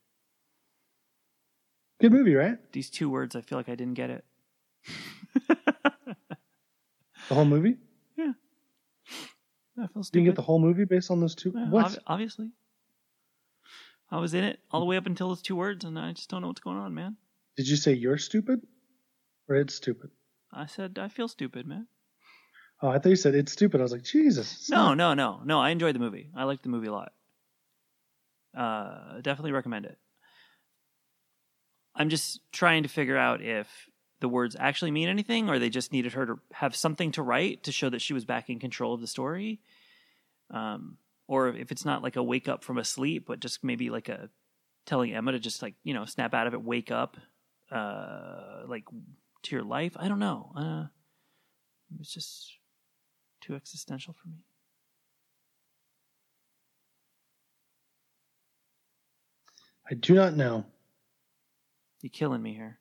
[SPEAKER 2] Good movie, right?
[SPEAKER 3] These two words, I feel like I didn't get it.
[SPEAKER 2] The whole movie?
[SPEAKER 3] I feel
[SPEAKER 2] You
[SPEAKER 3] stupid.
[SPEAKER 2] didn't get the whole movie based on those two?
[SPEAKER 3] Yeah,
[SPEAKER 2] what?
[SPEAKER 3] ob- obviously. I was in it all the way up until those two words, and I just don't know what's going on, man.
[SPEAKER 2] Did you say you're stupid? Or it's stupid?
[SPEAKER 3] I said I feel stupid, man.
[SPEAKER 2] Oh, I thought you said it's stupid. I was like, Jesus. it's
[SPEAKER 3] No,
[SPEAKER 2] not-
[SPEAKER 3] no, no, no. I enjoyed the movie. I liked the movie a lot. Uh, definitely recommend it. I'm just trying to figure out if the words actually mean anything, or they just needed her to have something to write to show that she was back in control of the story, um, or if it's not like a wake up from a sleep, but just maybe like a telling Emma to just like you know snap out of it, wake up, uh, like to your life. I don't know. Uh, it's just too existential for me.
[SPEAKER 2] I do not know.
[SPEAKER 3] You're killing me here.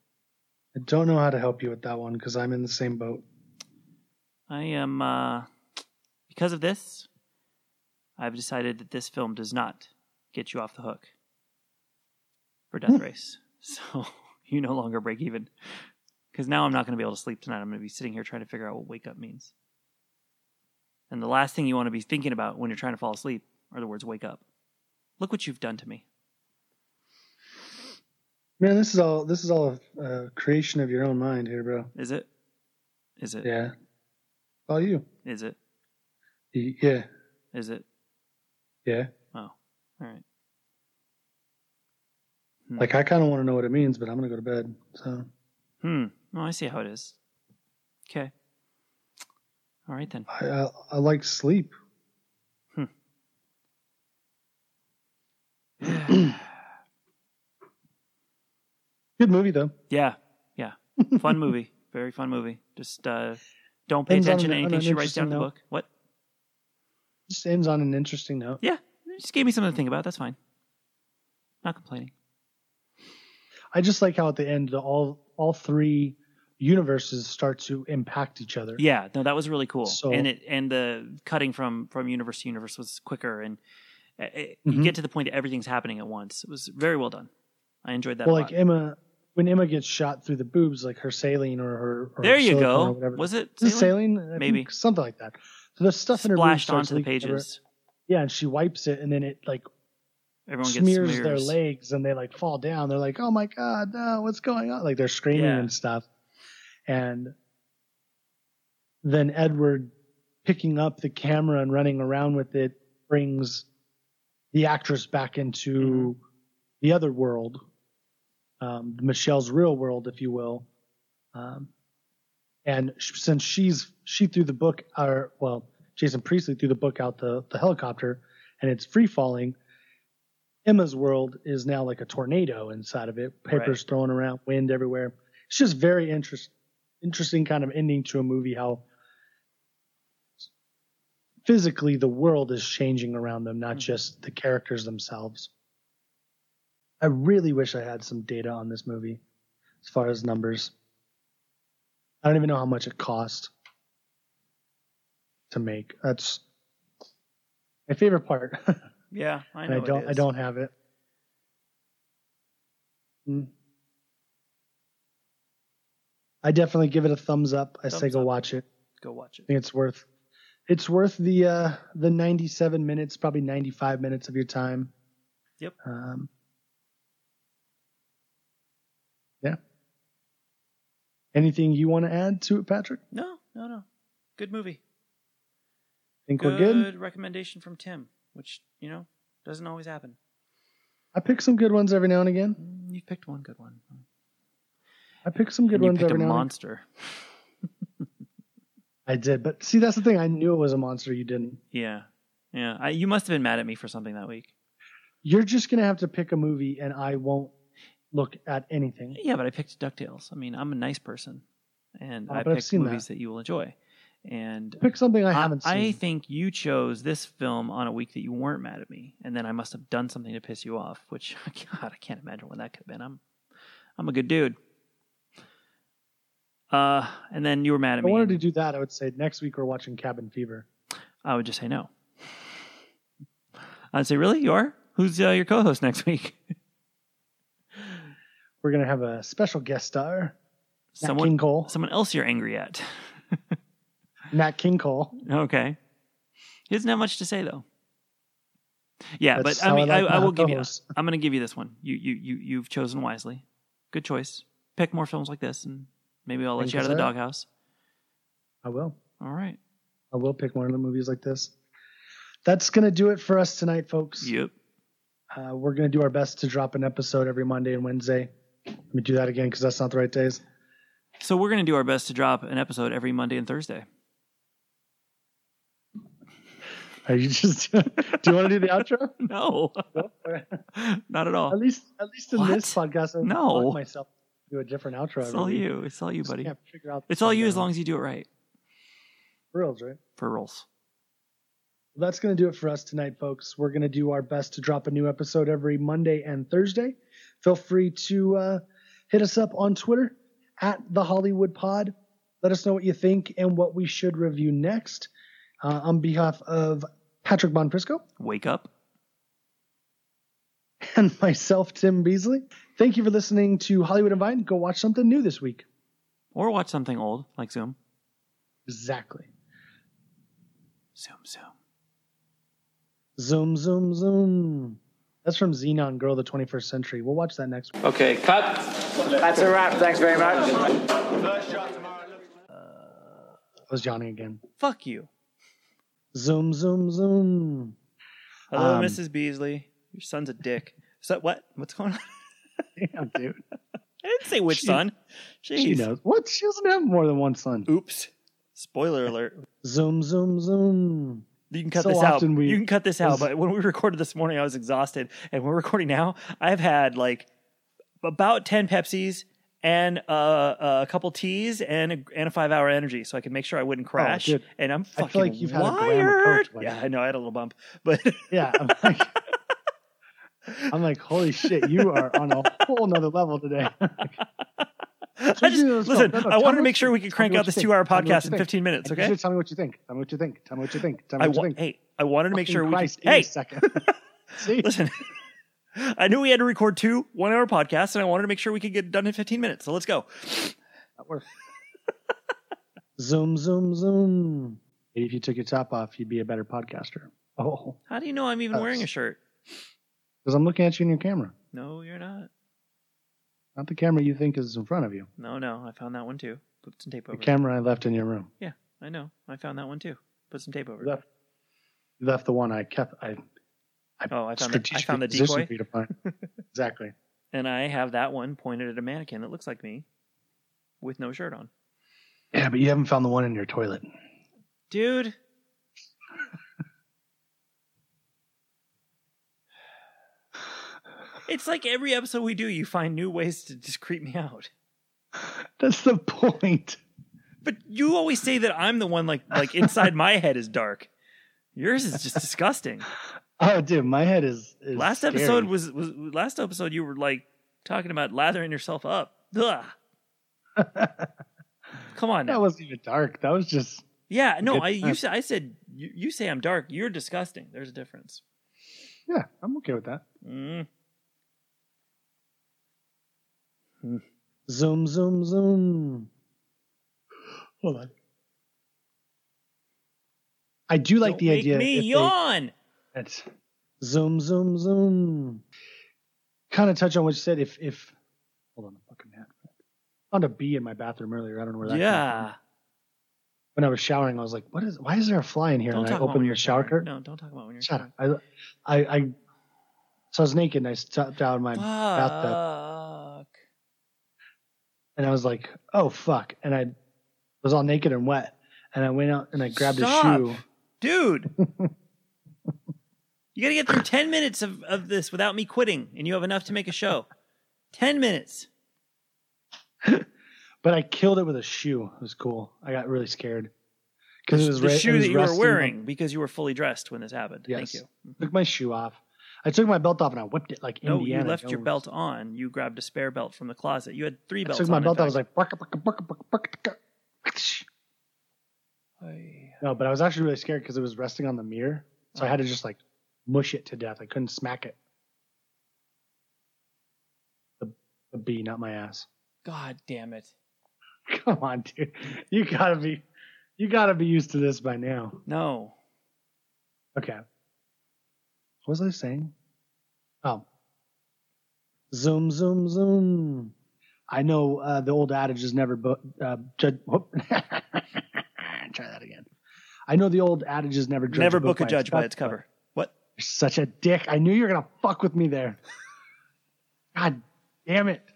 [SPEAKER 2] I don't know how to help you with that one because I'm in the same boat.
[SPEAKER 3] I am uh because of this, I've decided that this film does not get you off the hook for Death
[SPEAKER 2] Hmm.
[SPEAKER 3] Race. So you no longer break even. Because now I'm not going to be able to sleep tonight. I'm going to be sitting here trying to figure out what wake up means. And the last thing you want to be thinking about when you're trying to fall asleep are the words wake up. Look what you've done to me.
[SPEAKER 2] Man, this is all this is all a uh, creation of your own mind here, bro.
[SPEAKER 3] Is it? Is it? Is
[SPEAKER 2] Yeah, all you.
[SPEAKER 3] it?
[SPEAKER 2] Y- Yeah,
[SPEAKER 3] Is it? Oh,
[SPEAKER 2] yeah.
[SPEAKER 3] All right.
[SPEAKER 2] Like I kind of want to know what it means, but I'm gonna go to bed. So
[SPEAKER 3] Hmm. Oh, I see how it is. Okay. All right then.
[SPEAKER 2] I I, I like sleep. Good movie though.
[SPEAKER 3] yeah. Yeah. Fun movie. Very fun movie. Just uh, don't pay
[SPEAKER 2] Ends on
[SPEAKER 3] attention
[SPEAKER 2] an-
[SPEAKER 3] to
[SPEAKER 2] on
[SPEAKER 3] anything
[SPEAKER 2] an
[SPEAKER 3] she writes down in the
[SPEAKER 2] interesting
[SPEAKER 3] book. What?
[SPEAKER 2] Just ends on an interesting note.
[SPEAKER 3] Yeah. Just gave me something to think about. That's fine. Not complaining.
[SPEAKER 2] I just like how at the end the, all all three universes start to impact each other.
[SPEAKER 3] Yeah, no, that was really cool.
[SPEAKER 2] So-
[SPEAKER 3] and it and the cutting from from universe to universe was quicker, and uh, it, you
[SPEAKER 2] Mhm.
[SPEAKER 3] get to the point that everything's happening at once. It was very well done. I enjoyed that.
[SPEAKER 2] well,
[SPEAKER 3] a
[SPEAKER 2] like
[SPEAKER 3] lot.
[SPEAKER 2] Emma, when Emma gets shot through the boobs, like her saline or her. Or
[SPEAKER 3] there
[SPEAKER 2] her
[SPEAKER 3] you
[SPEAKER 2] silicone
[SPEAKER 3] go.
[SPEAKER 2] Or whatever.
[SPEAKER 3] Was it
[SPEAKER 2] Is it
[SPEAKER 3] saline?
[SPEAKER 2] saline? I
[SPEAKER 3] Maybe.
[SPEAKER 2] think something like that. So there's stuff in her boobs
[SPEAKER 3] splashed
[SPEAKER 2] starts
[SPEAKER 3] onto the
[SPEAKER 2] leaking everywhere.
[SPEAKER 3] pages?
[SPEAKER 2] Yeah, and she wipes it, and then it like
[SPEAKER 3] Everyone gets
[SPEAKER 2] smears, their
[SPEAKER 3] smears.
[SPEAKER 2] legs, and they like fall down. They're like, "Oh my god, no, what's going on?" Like they're screaming
[SPEAKER 3] Yeah.
[SPEAKER 2] and stuff. And then Edward picking up the camera and running around with it brings the actress back into
[SPEAKER 3] Mm-hmm.
[SPEAKER 2] the other world, um, Michelle's real world, if you will. Um, and sh- since she's she threw the book, or well, Jason Priestley threw the book out the the helicopter, and it's free falling. Emma's world is now like a tornado inside of it, papers thrown around, wind everywhere. It's just very interest, interesting kind of ending to a movie. How physically the world is changing around them, not
[SPEAKER 3] Mhm.
[SPEAKER 2] just the characters themselves. I really wish I had some data on this movie as far as numbers. I don't even know how much it cost to make. That's my favorite part.
[SPEAKER 3] Yeah, I
[SPEAKER 2] and
[SPEAKER 3] know.
[SPEAKER 2] I
[SPEAKER 3] it
[SPEAKER 2] don't I
[SPEAKER 3] is.
[SPEAKER 2] don't have it. Mm. I definitely give it a thumbs up. I say
[SPEAKER 3] Thumbs
[SPEAKER 2] go
[SPEAKER 3] up.
[SPEAKER 2] watch it.
[SPEAKER 3] go watch
[SPEAKER 2] I
[SPEAKER 3] it.
[SPEAKER 2] think it's worth it's worth the uh the 97 minutes, probably 95 minutes of your time.
[SPEAKER 3] Yep.
[SPEAKER 2] Um Yeah. Anything you want to add to it, Patrick?
[SPEAKER 3] No, no, no. Good movie.
[SPEAKER 2] Think
[SPEAKER 3] Good,
[SPEAKER 2] we're good?
[SPEAKER 3] recommendation from Tim, which you know doesn't always happen.
[SPEAKER 2] I pick some good ones every now and again.
[SPEAKER 3] Mm, You've picked one good one.
[SPEAKER 2] I pick some good
[SPEAKER 3] And you
[SPEAKER 2] ones
[SPEAKER 3] picked a
[SPEAKER 2] every now and
[SPEAKER 3] monster.
[SPEAKER 2] I did, but see, that's the thing. I knew it was a monster. You didn't.
[SPEAKER 3] Yeah, yeah. I, you must have been mad at me for something that week.
[SPEAKER 2] You're just gonna have to pick a movie, and I won't look at anything.
[SPEAKER 3] Yeah, but I picked DuckTales. I mean, I'm a nice person and
[SPEAKER 2] Oh,
[SPEAKER 3] I
[SPEAKER 2] but I've
[SPEAKER 3] picked
[SPEAKER 2] seen
[SPEAKER 3] movies that. you will enjoy. And
[SPEAKER 2] Pick something I, haven't
[SPEAKER 3] I
[SPEAKER 2] seen.
[SPEAKER 3] think you chose this film on a week that you weren't mad at me, and then I must have done something to piss you off. Which God, I can't imagine what that could have been. I'm, I'm a good dude. Uh, and then you were mad
[SPEAKER 2] If
[SPEAKER 3] at
[SPEAKER 2] I
[SPEAKER 3] me.
[SPEAKER 2] wanted
[SPEAKER 3] and
[SPEAKER 2] to do that, I would say next week we're watching Cabin Fever.
[SPEAKER 3] I would just say no. I'd say, really, you are? Who's uh, your co-host next week?
[SPEAKER 2] We're gonna have a special guest star, Nat
[SPEAKER 3] someone,
[SPEAKER 2] King Cole.
[SPEAKER 3] someone else you're angry at.
[SPEAKER 2] Nat King Cole.
[SPEAKER 3] Okay. He doesn't have much to say though. Yeah,
[SPEAKER 2] That's
[SPEAKER 3] but I
[SPEAKER 2] how I
[SPEAKER 3] mean, I,
[SPEAKER 2] like
[SPEAKER 3] I
[SPEAKER 2] my
[SPEAKER 3] will give you.
[SPEAKER 2] co-hosts.
[SPEAKER 3] I'm going to give you this one. You you you you've chosen wisely. Good choice. Pick more films like this, and maybe I'll let
[SPEAKER 2] Thank
[SPEAKER 3] you
[SPEAKER 2] you,
[SPEAKER 3] out of the
[SPEAKER 2] sir.
[SPEAKER 3] doghouse.
[SPEAKER 2] I will.
[SPEAKER 3] All right.
[SPEAKER 2] I will pick one of the movies like this. That's gonna do it for us tonight, folks.
[SPEAKER 3] Yep.
[SPEAKER 2] Uh, we're going to do our best to drop an episode every Monday and Wednesday. Let me do that again because that's not the right days.
[SPEAKER 3] So we're going to do our best to drop an episode every Monday and Thursday.
[SPEAKER 2] Are you just? do you want to do the outro?
[SPEAKER 3] No,
[SPEAKER 2] No? At
[SPEAKER 3] not at all.
[SPEAKER 2] least, at least in this podcast, I
[SPEAKER 3] No.
[SPEAKER 2] lock myself to do a different outro.
[SPEAKER 3] It's
[SPEAKER 2] every
[SPEAKER 3] all
[SPEAKER 2] week.
[SPEAKER 3] you. It's all you,
[SPEAKER 2] Just
[SPEAKER 3] buddy.
[SPEAKER 2] can't figure out
[SPEAKER 3] It's all you as
[SPEAKER 2] the
[SPEAKER 3] long as you do it right
[SPEAKER 2] reels, right?
[SPEAKER 3] for rules.
[SPEAKER 2] Well, that's going to do it for us tonight, folks. We're going to do our best to drop a new episode every Monday and Thursday. Feel free to uh, hit us up on Twitter at the Hollywood Pod. Let us know what you think and what we should review next. Uh, on behalf of Patrick Bonfrisco
[SPEAKER 3] Wake up.
[SPEAKER 2] and myself, Tim Beasley, thank you for listening to Hollywood and Vine. Go watch something new this week.
[SPEAKER 3] Or watch something old like Zoom.
[SPEAKER 2] Exactly.
[SPEAKER 3] Zoom, Zoom.
[SPEAKER 2] Zoom, zoom, zoom. That's from Xenon Girl, the 21st Century. We'll watch that next week.
[SPEAKER 1] Okay, cut.
[SPEAKER 4] That's a wrap. Thanks very much.
[SPEAKER 2] That was Johnny again.
[SPEAKER 3] Fuck you.
[SPEAKER 2] Zoom, zoom, zoom.
[SPEAKER 3] Hello,
[SPEAKER 2] Um,
[SPEAKER 3] Mrs. Beasley. Your son's a dick. So what? What's going on?
[SPEAKER 2] Damn, dude.
[SPEAKER 3] I didn't say which
[SPEAKER 2] She-
[SPEAKER 3] son. Jeez.
[SPEAKER 2] She knows. What? She doesn't have more than one son.
[SPEAKER 3] Oops. Spoiler alert.
[SPEAKER 2] Zoom, zoom, zoom.
[SPEAKER 3] You can cut
[SPEAKER 2] So
[SPEAKER 3] this
[SPEAKER 2] often
[SPEAKER 3] out.
[SPEAKER 2] we-
[SPEAKER 3] you can cut this out. But when we recorded this morning, I was exhausted, and we're recording now. I've had like about ten Pepsis and uh, a couple teas and a, and a five hour energy, so I can make sure I wouldn't crash.
[SPEAKER 2] dude.
[SPEAKER 3] and I'm
[SPEAKER 2] Oh, feel
[SPEAKER 3] fucking
[SPEAKER 2] like you've had a gram of
[SPEAKER 3] wired.
[SPEAKER 2] Coke lately.
[SPEAKER 3] yeah, I know. I had a little bump, but
[SPEAKER 2] Yeah. I'm like, I'm like, holy shit, you are on a whole nother level today.
[SPEAKER 3] I just
[SPEAKER 2] let's go.
[SPEAKER 3] listen.
[SPEAKER 2] No, no,
[SPEAKER 3] I
[SPEAKER 2] tell
[SPEAKER 3] wanted
[SPEAKER 2] me
[SPEAKER 3] to make
[SPEAKER 2] what
[SPEAKER 3] sure
[SPEAKER 2] you-
[SPEAKER 3] we could
[SPEAKER 2] tell
[SPEAKER 3] crank
[SPEAKER 2] me what you
[SPEAKER 3] out this
[SPEAKER 2] think.
[SPEAKER 3] two hour
[SPEAKER 2] Tell me what
[SPEAKER 3] podcast
[SPEAKER 2] you
[SPEAKER 3] in
[SPEAKER 2] think.
[SPEAKER 3] 15 minutes.
[SPEAKER 2] I need you
[SPEAKER 3] Okay.
[SPEAKER 2] to tell me what you think. Tell me what you think. Tell me what you think. Tell me
[SPEAKER 3] I
[SPEAKER 2] what you
[SPEAKER 3] wa-
[SPEAKER 2] think.
[SPEAKER 3] hey, I wanted to make sure
[SPEAKER 2] Fucking
[SPEAKER 3] we.
[SPEAKER 2] Christ,
[SPEAKER 3] Could,
[SPEAKER 2] give me a
[SPEAKER 3] hey,
[SPEAKER 2] second. See?
[SPEAKER 3] listen. I knew we had to record two one hour podcasts, and I wanted to make sure we could get it done in 15 minutes. So let's go.
[SPEAKER 2] That worked. zoom, zoom, zoom. Maybe if you took your top off, you'd be a better podcaster. Oh,
[SPEAKER 3] How do you know I'm even
[SPEAKER 2] Us.
[SPEAKER 3] wearing a shirt?
[SPEAKER 2] because I'm looking at you in your camera,
[SPEAKER 3] No, you're not.
[SPEAKER 2] not the camera you think is in front of you.
[SPEAKER 3] No, no, I found that one too. Put some tape
[SPEAKER 2] The
[SPEAKER 3] over. it.
[SPEAKER 2] camera I left in your room.
[SPEAKER 3] Yeah, I know. I found that one too. Put some tape over. it.
[SPEAKER 2] left left the one I kept. I
[SPEAKER 3] Oh, I found the, I
[SPEAKER 2] strategically
[SPEAKER 3] found the
[SPEAKER 2] positioned
[SPEAKER 3] decoy,
[SPEAKER 2] for you to find. exactly.
[SPEAKER 3] and I have that one pointed at a mannequin that looks like me, with no shirt on.
[SPEAKER 2] Yeah, but you haven't found the one in your toilet.
[SPEAKER 3] Dude. It's like every episode we do, you find new ways to just creep me out.
[SPEAKER 2] That's the point.
[SPEAKER 3] But you always say that I'm the one like like inside my head is dark. Yours is just disgusting.
[SPEAKER 2] Oh, dude, my head is. is
[SPEAKER 3] last
[SPEAKER 2] scary.
[SPEAKER 3] episode was was last episode you were like talking about lathering yourself up. Ugh. Come on
[SPEAKER 2] that
[SPEAKER 3] now.
[SPEAKER 2] wasn't even dark. That was just.
[SPEAKER 3] Yeah, no,
[SPEAKER 2] good
[SPEAKER 3] I you
[SPEAKER 2] time.
[SPEAKER 3] said I said you, you say I'm dark. You're disgusting. There's a difference.
[SPEAKER 2] Yeah, I'm okay with that.
[SPEAKER 3] Mm.
[SPEAKER 2] Zoom, zoom, zoom. Hold on. I do like
[SPEAKER 3] Don't
[SPEAKER 2] the
[SPEAKER 3] make
[SPEAKER 2] idea.
[SPEAKER 3] Me
[SPEAKER 2] if they-
[SPEAKER 3] yawn.
[SPEAKER 2] That's zoom, zoom, zoom. Kind of touch on what you said. If if hold on, the fucking hat. Found a bee in my bathroom earlier. I don't know where that. came from.
[SPEAKER 3] Yeah.
[SPEAKER 2] When I was showering, I was like, "What is? Why is there a fly in here?"
[SPEAKER 3] Don't
[SPEAKER 2] and I
[SPEAKER 3] talk about
[SPEAKER 2] opened
[SPEAKER 3] when
[SPEAKER 2] the
[SPEAKER 3] you're
[SPEAKER 2] shower
[SPEAKER 3] showering.
[SPEAKER 2] curtain.
[SPEAKER 3] No, don't talk about when you're
[SPEAKER 2] Shut up.
[SPEAKER 3] showering.
[SPEAKER 2] I, I, I, so I was naked and I stepped out of my bathtub
[SPEAKER 3] Fuck.
[SPEAKER 2] and I was like, "Oh fuck!" And I was all naked and wet. And I went out and I grabbed
[SPEAKER 3] Stop.
[SPEAKER 2] a shoe.
[SPEAKER 3] Dude. You got to get through 10 minutes of, of this without me quitting, and you have enough to make a show. 10 minutes.
[SPEAKER 2] But I killed it with a shoe. It was cool. I got really scared because it was
[SPEAKER 3] the
[SPEAKER 2] re- it
[SPEAKER 3] shoe
[SPEAKER 2] was
[SPEAKER 3] that you were
[SPEAKER 2] rusting.
[SPEAKER 3] wearing because you were fully dressed when this happened.
[SPEAKER 2] Yes.
[SPEAKER 3] Thank you.
[SPEAKER 2] Took my shoe off. I took my belt off and I whipped it like
[SPEAKER 3] No,
[SPEAKER 2] Indiana
[SPEAKER 3] you left your
[SPEAKER 2] Jones.
[SPEAKER 3] belt on. You grabbed a spare belt from the closet. You had three
[SPEAKER 2] I
[SPEAKER 3] belts
[SPEAKER 2] took
[SPEAKER 3] on.
[SPEAKER 2] my
[SPEAKER 3] in
[SPEAKER 2] belt off. I was
[SPEAKER 3] fact.
[SPEAKER 2] like, "Braka, braka, braka, braka, braka, braka." no, but I was actually really scared because it was resting on the mirror, so I had to just like mush it to death. I couldn't smack it. The, the bee, not my ass.
[SPEAKER 3] God damn it.
[SPEAKER 2] Come on, dude. You gotta be, you gotta be used to this by now.
[SPEAKER 3] No.
[SPEAKER 2] Okay. What was I saying? Oh. Zoom, zoom, zoom. I know uh, the old adage is never bu- uh, judge. Whoop. Try that again. I know the old adage is never judge.
[SPEAKER 3] Never book a judge by
[SPEAKER 2] cover.
[SPEAKER 3] its cover. What?
[SPEAKER 2] You're such a dick. I knew you were gonna fuck with me there. God damn it.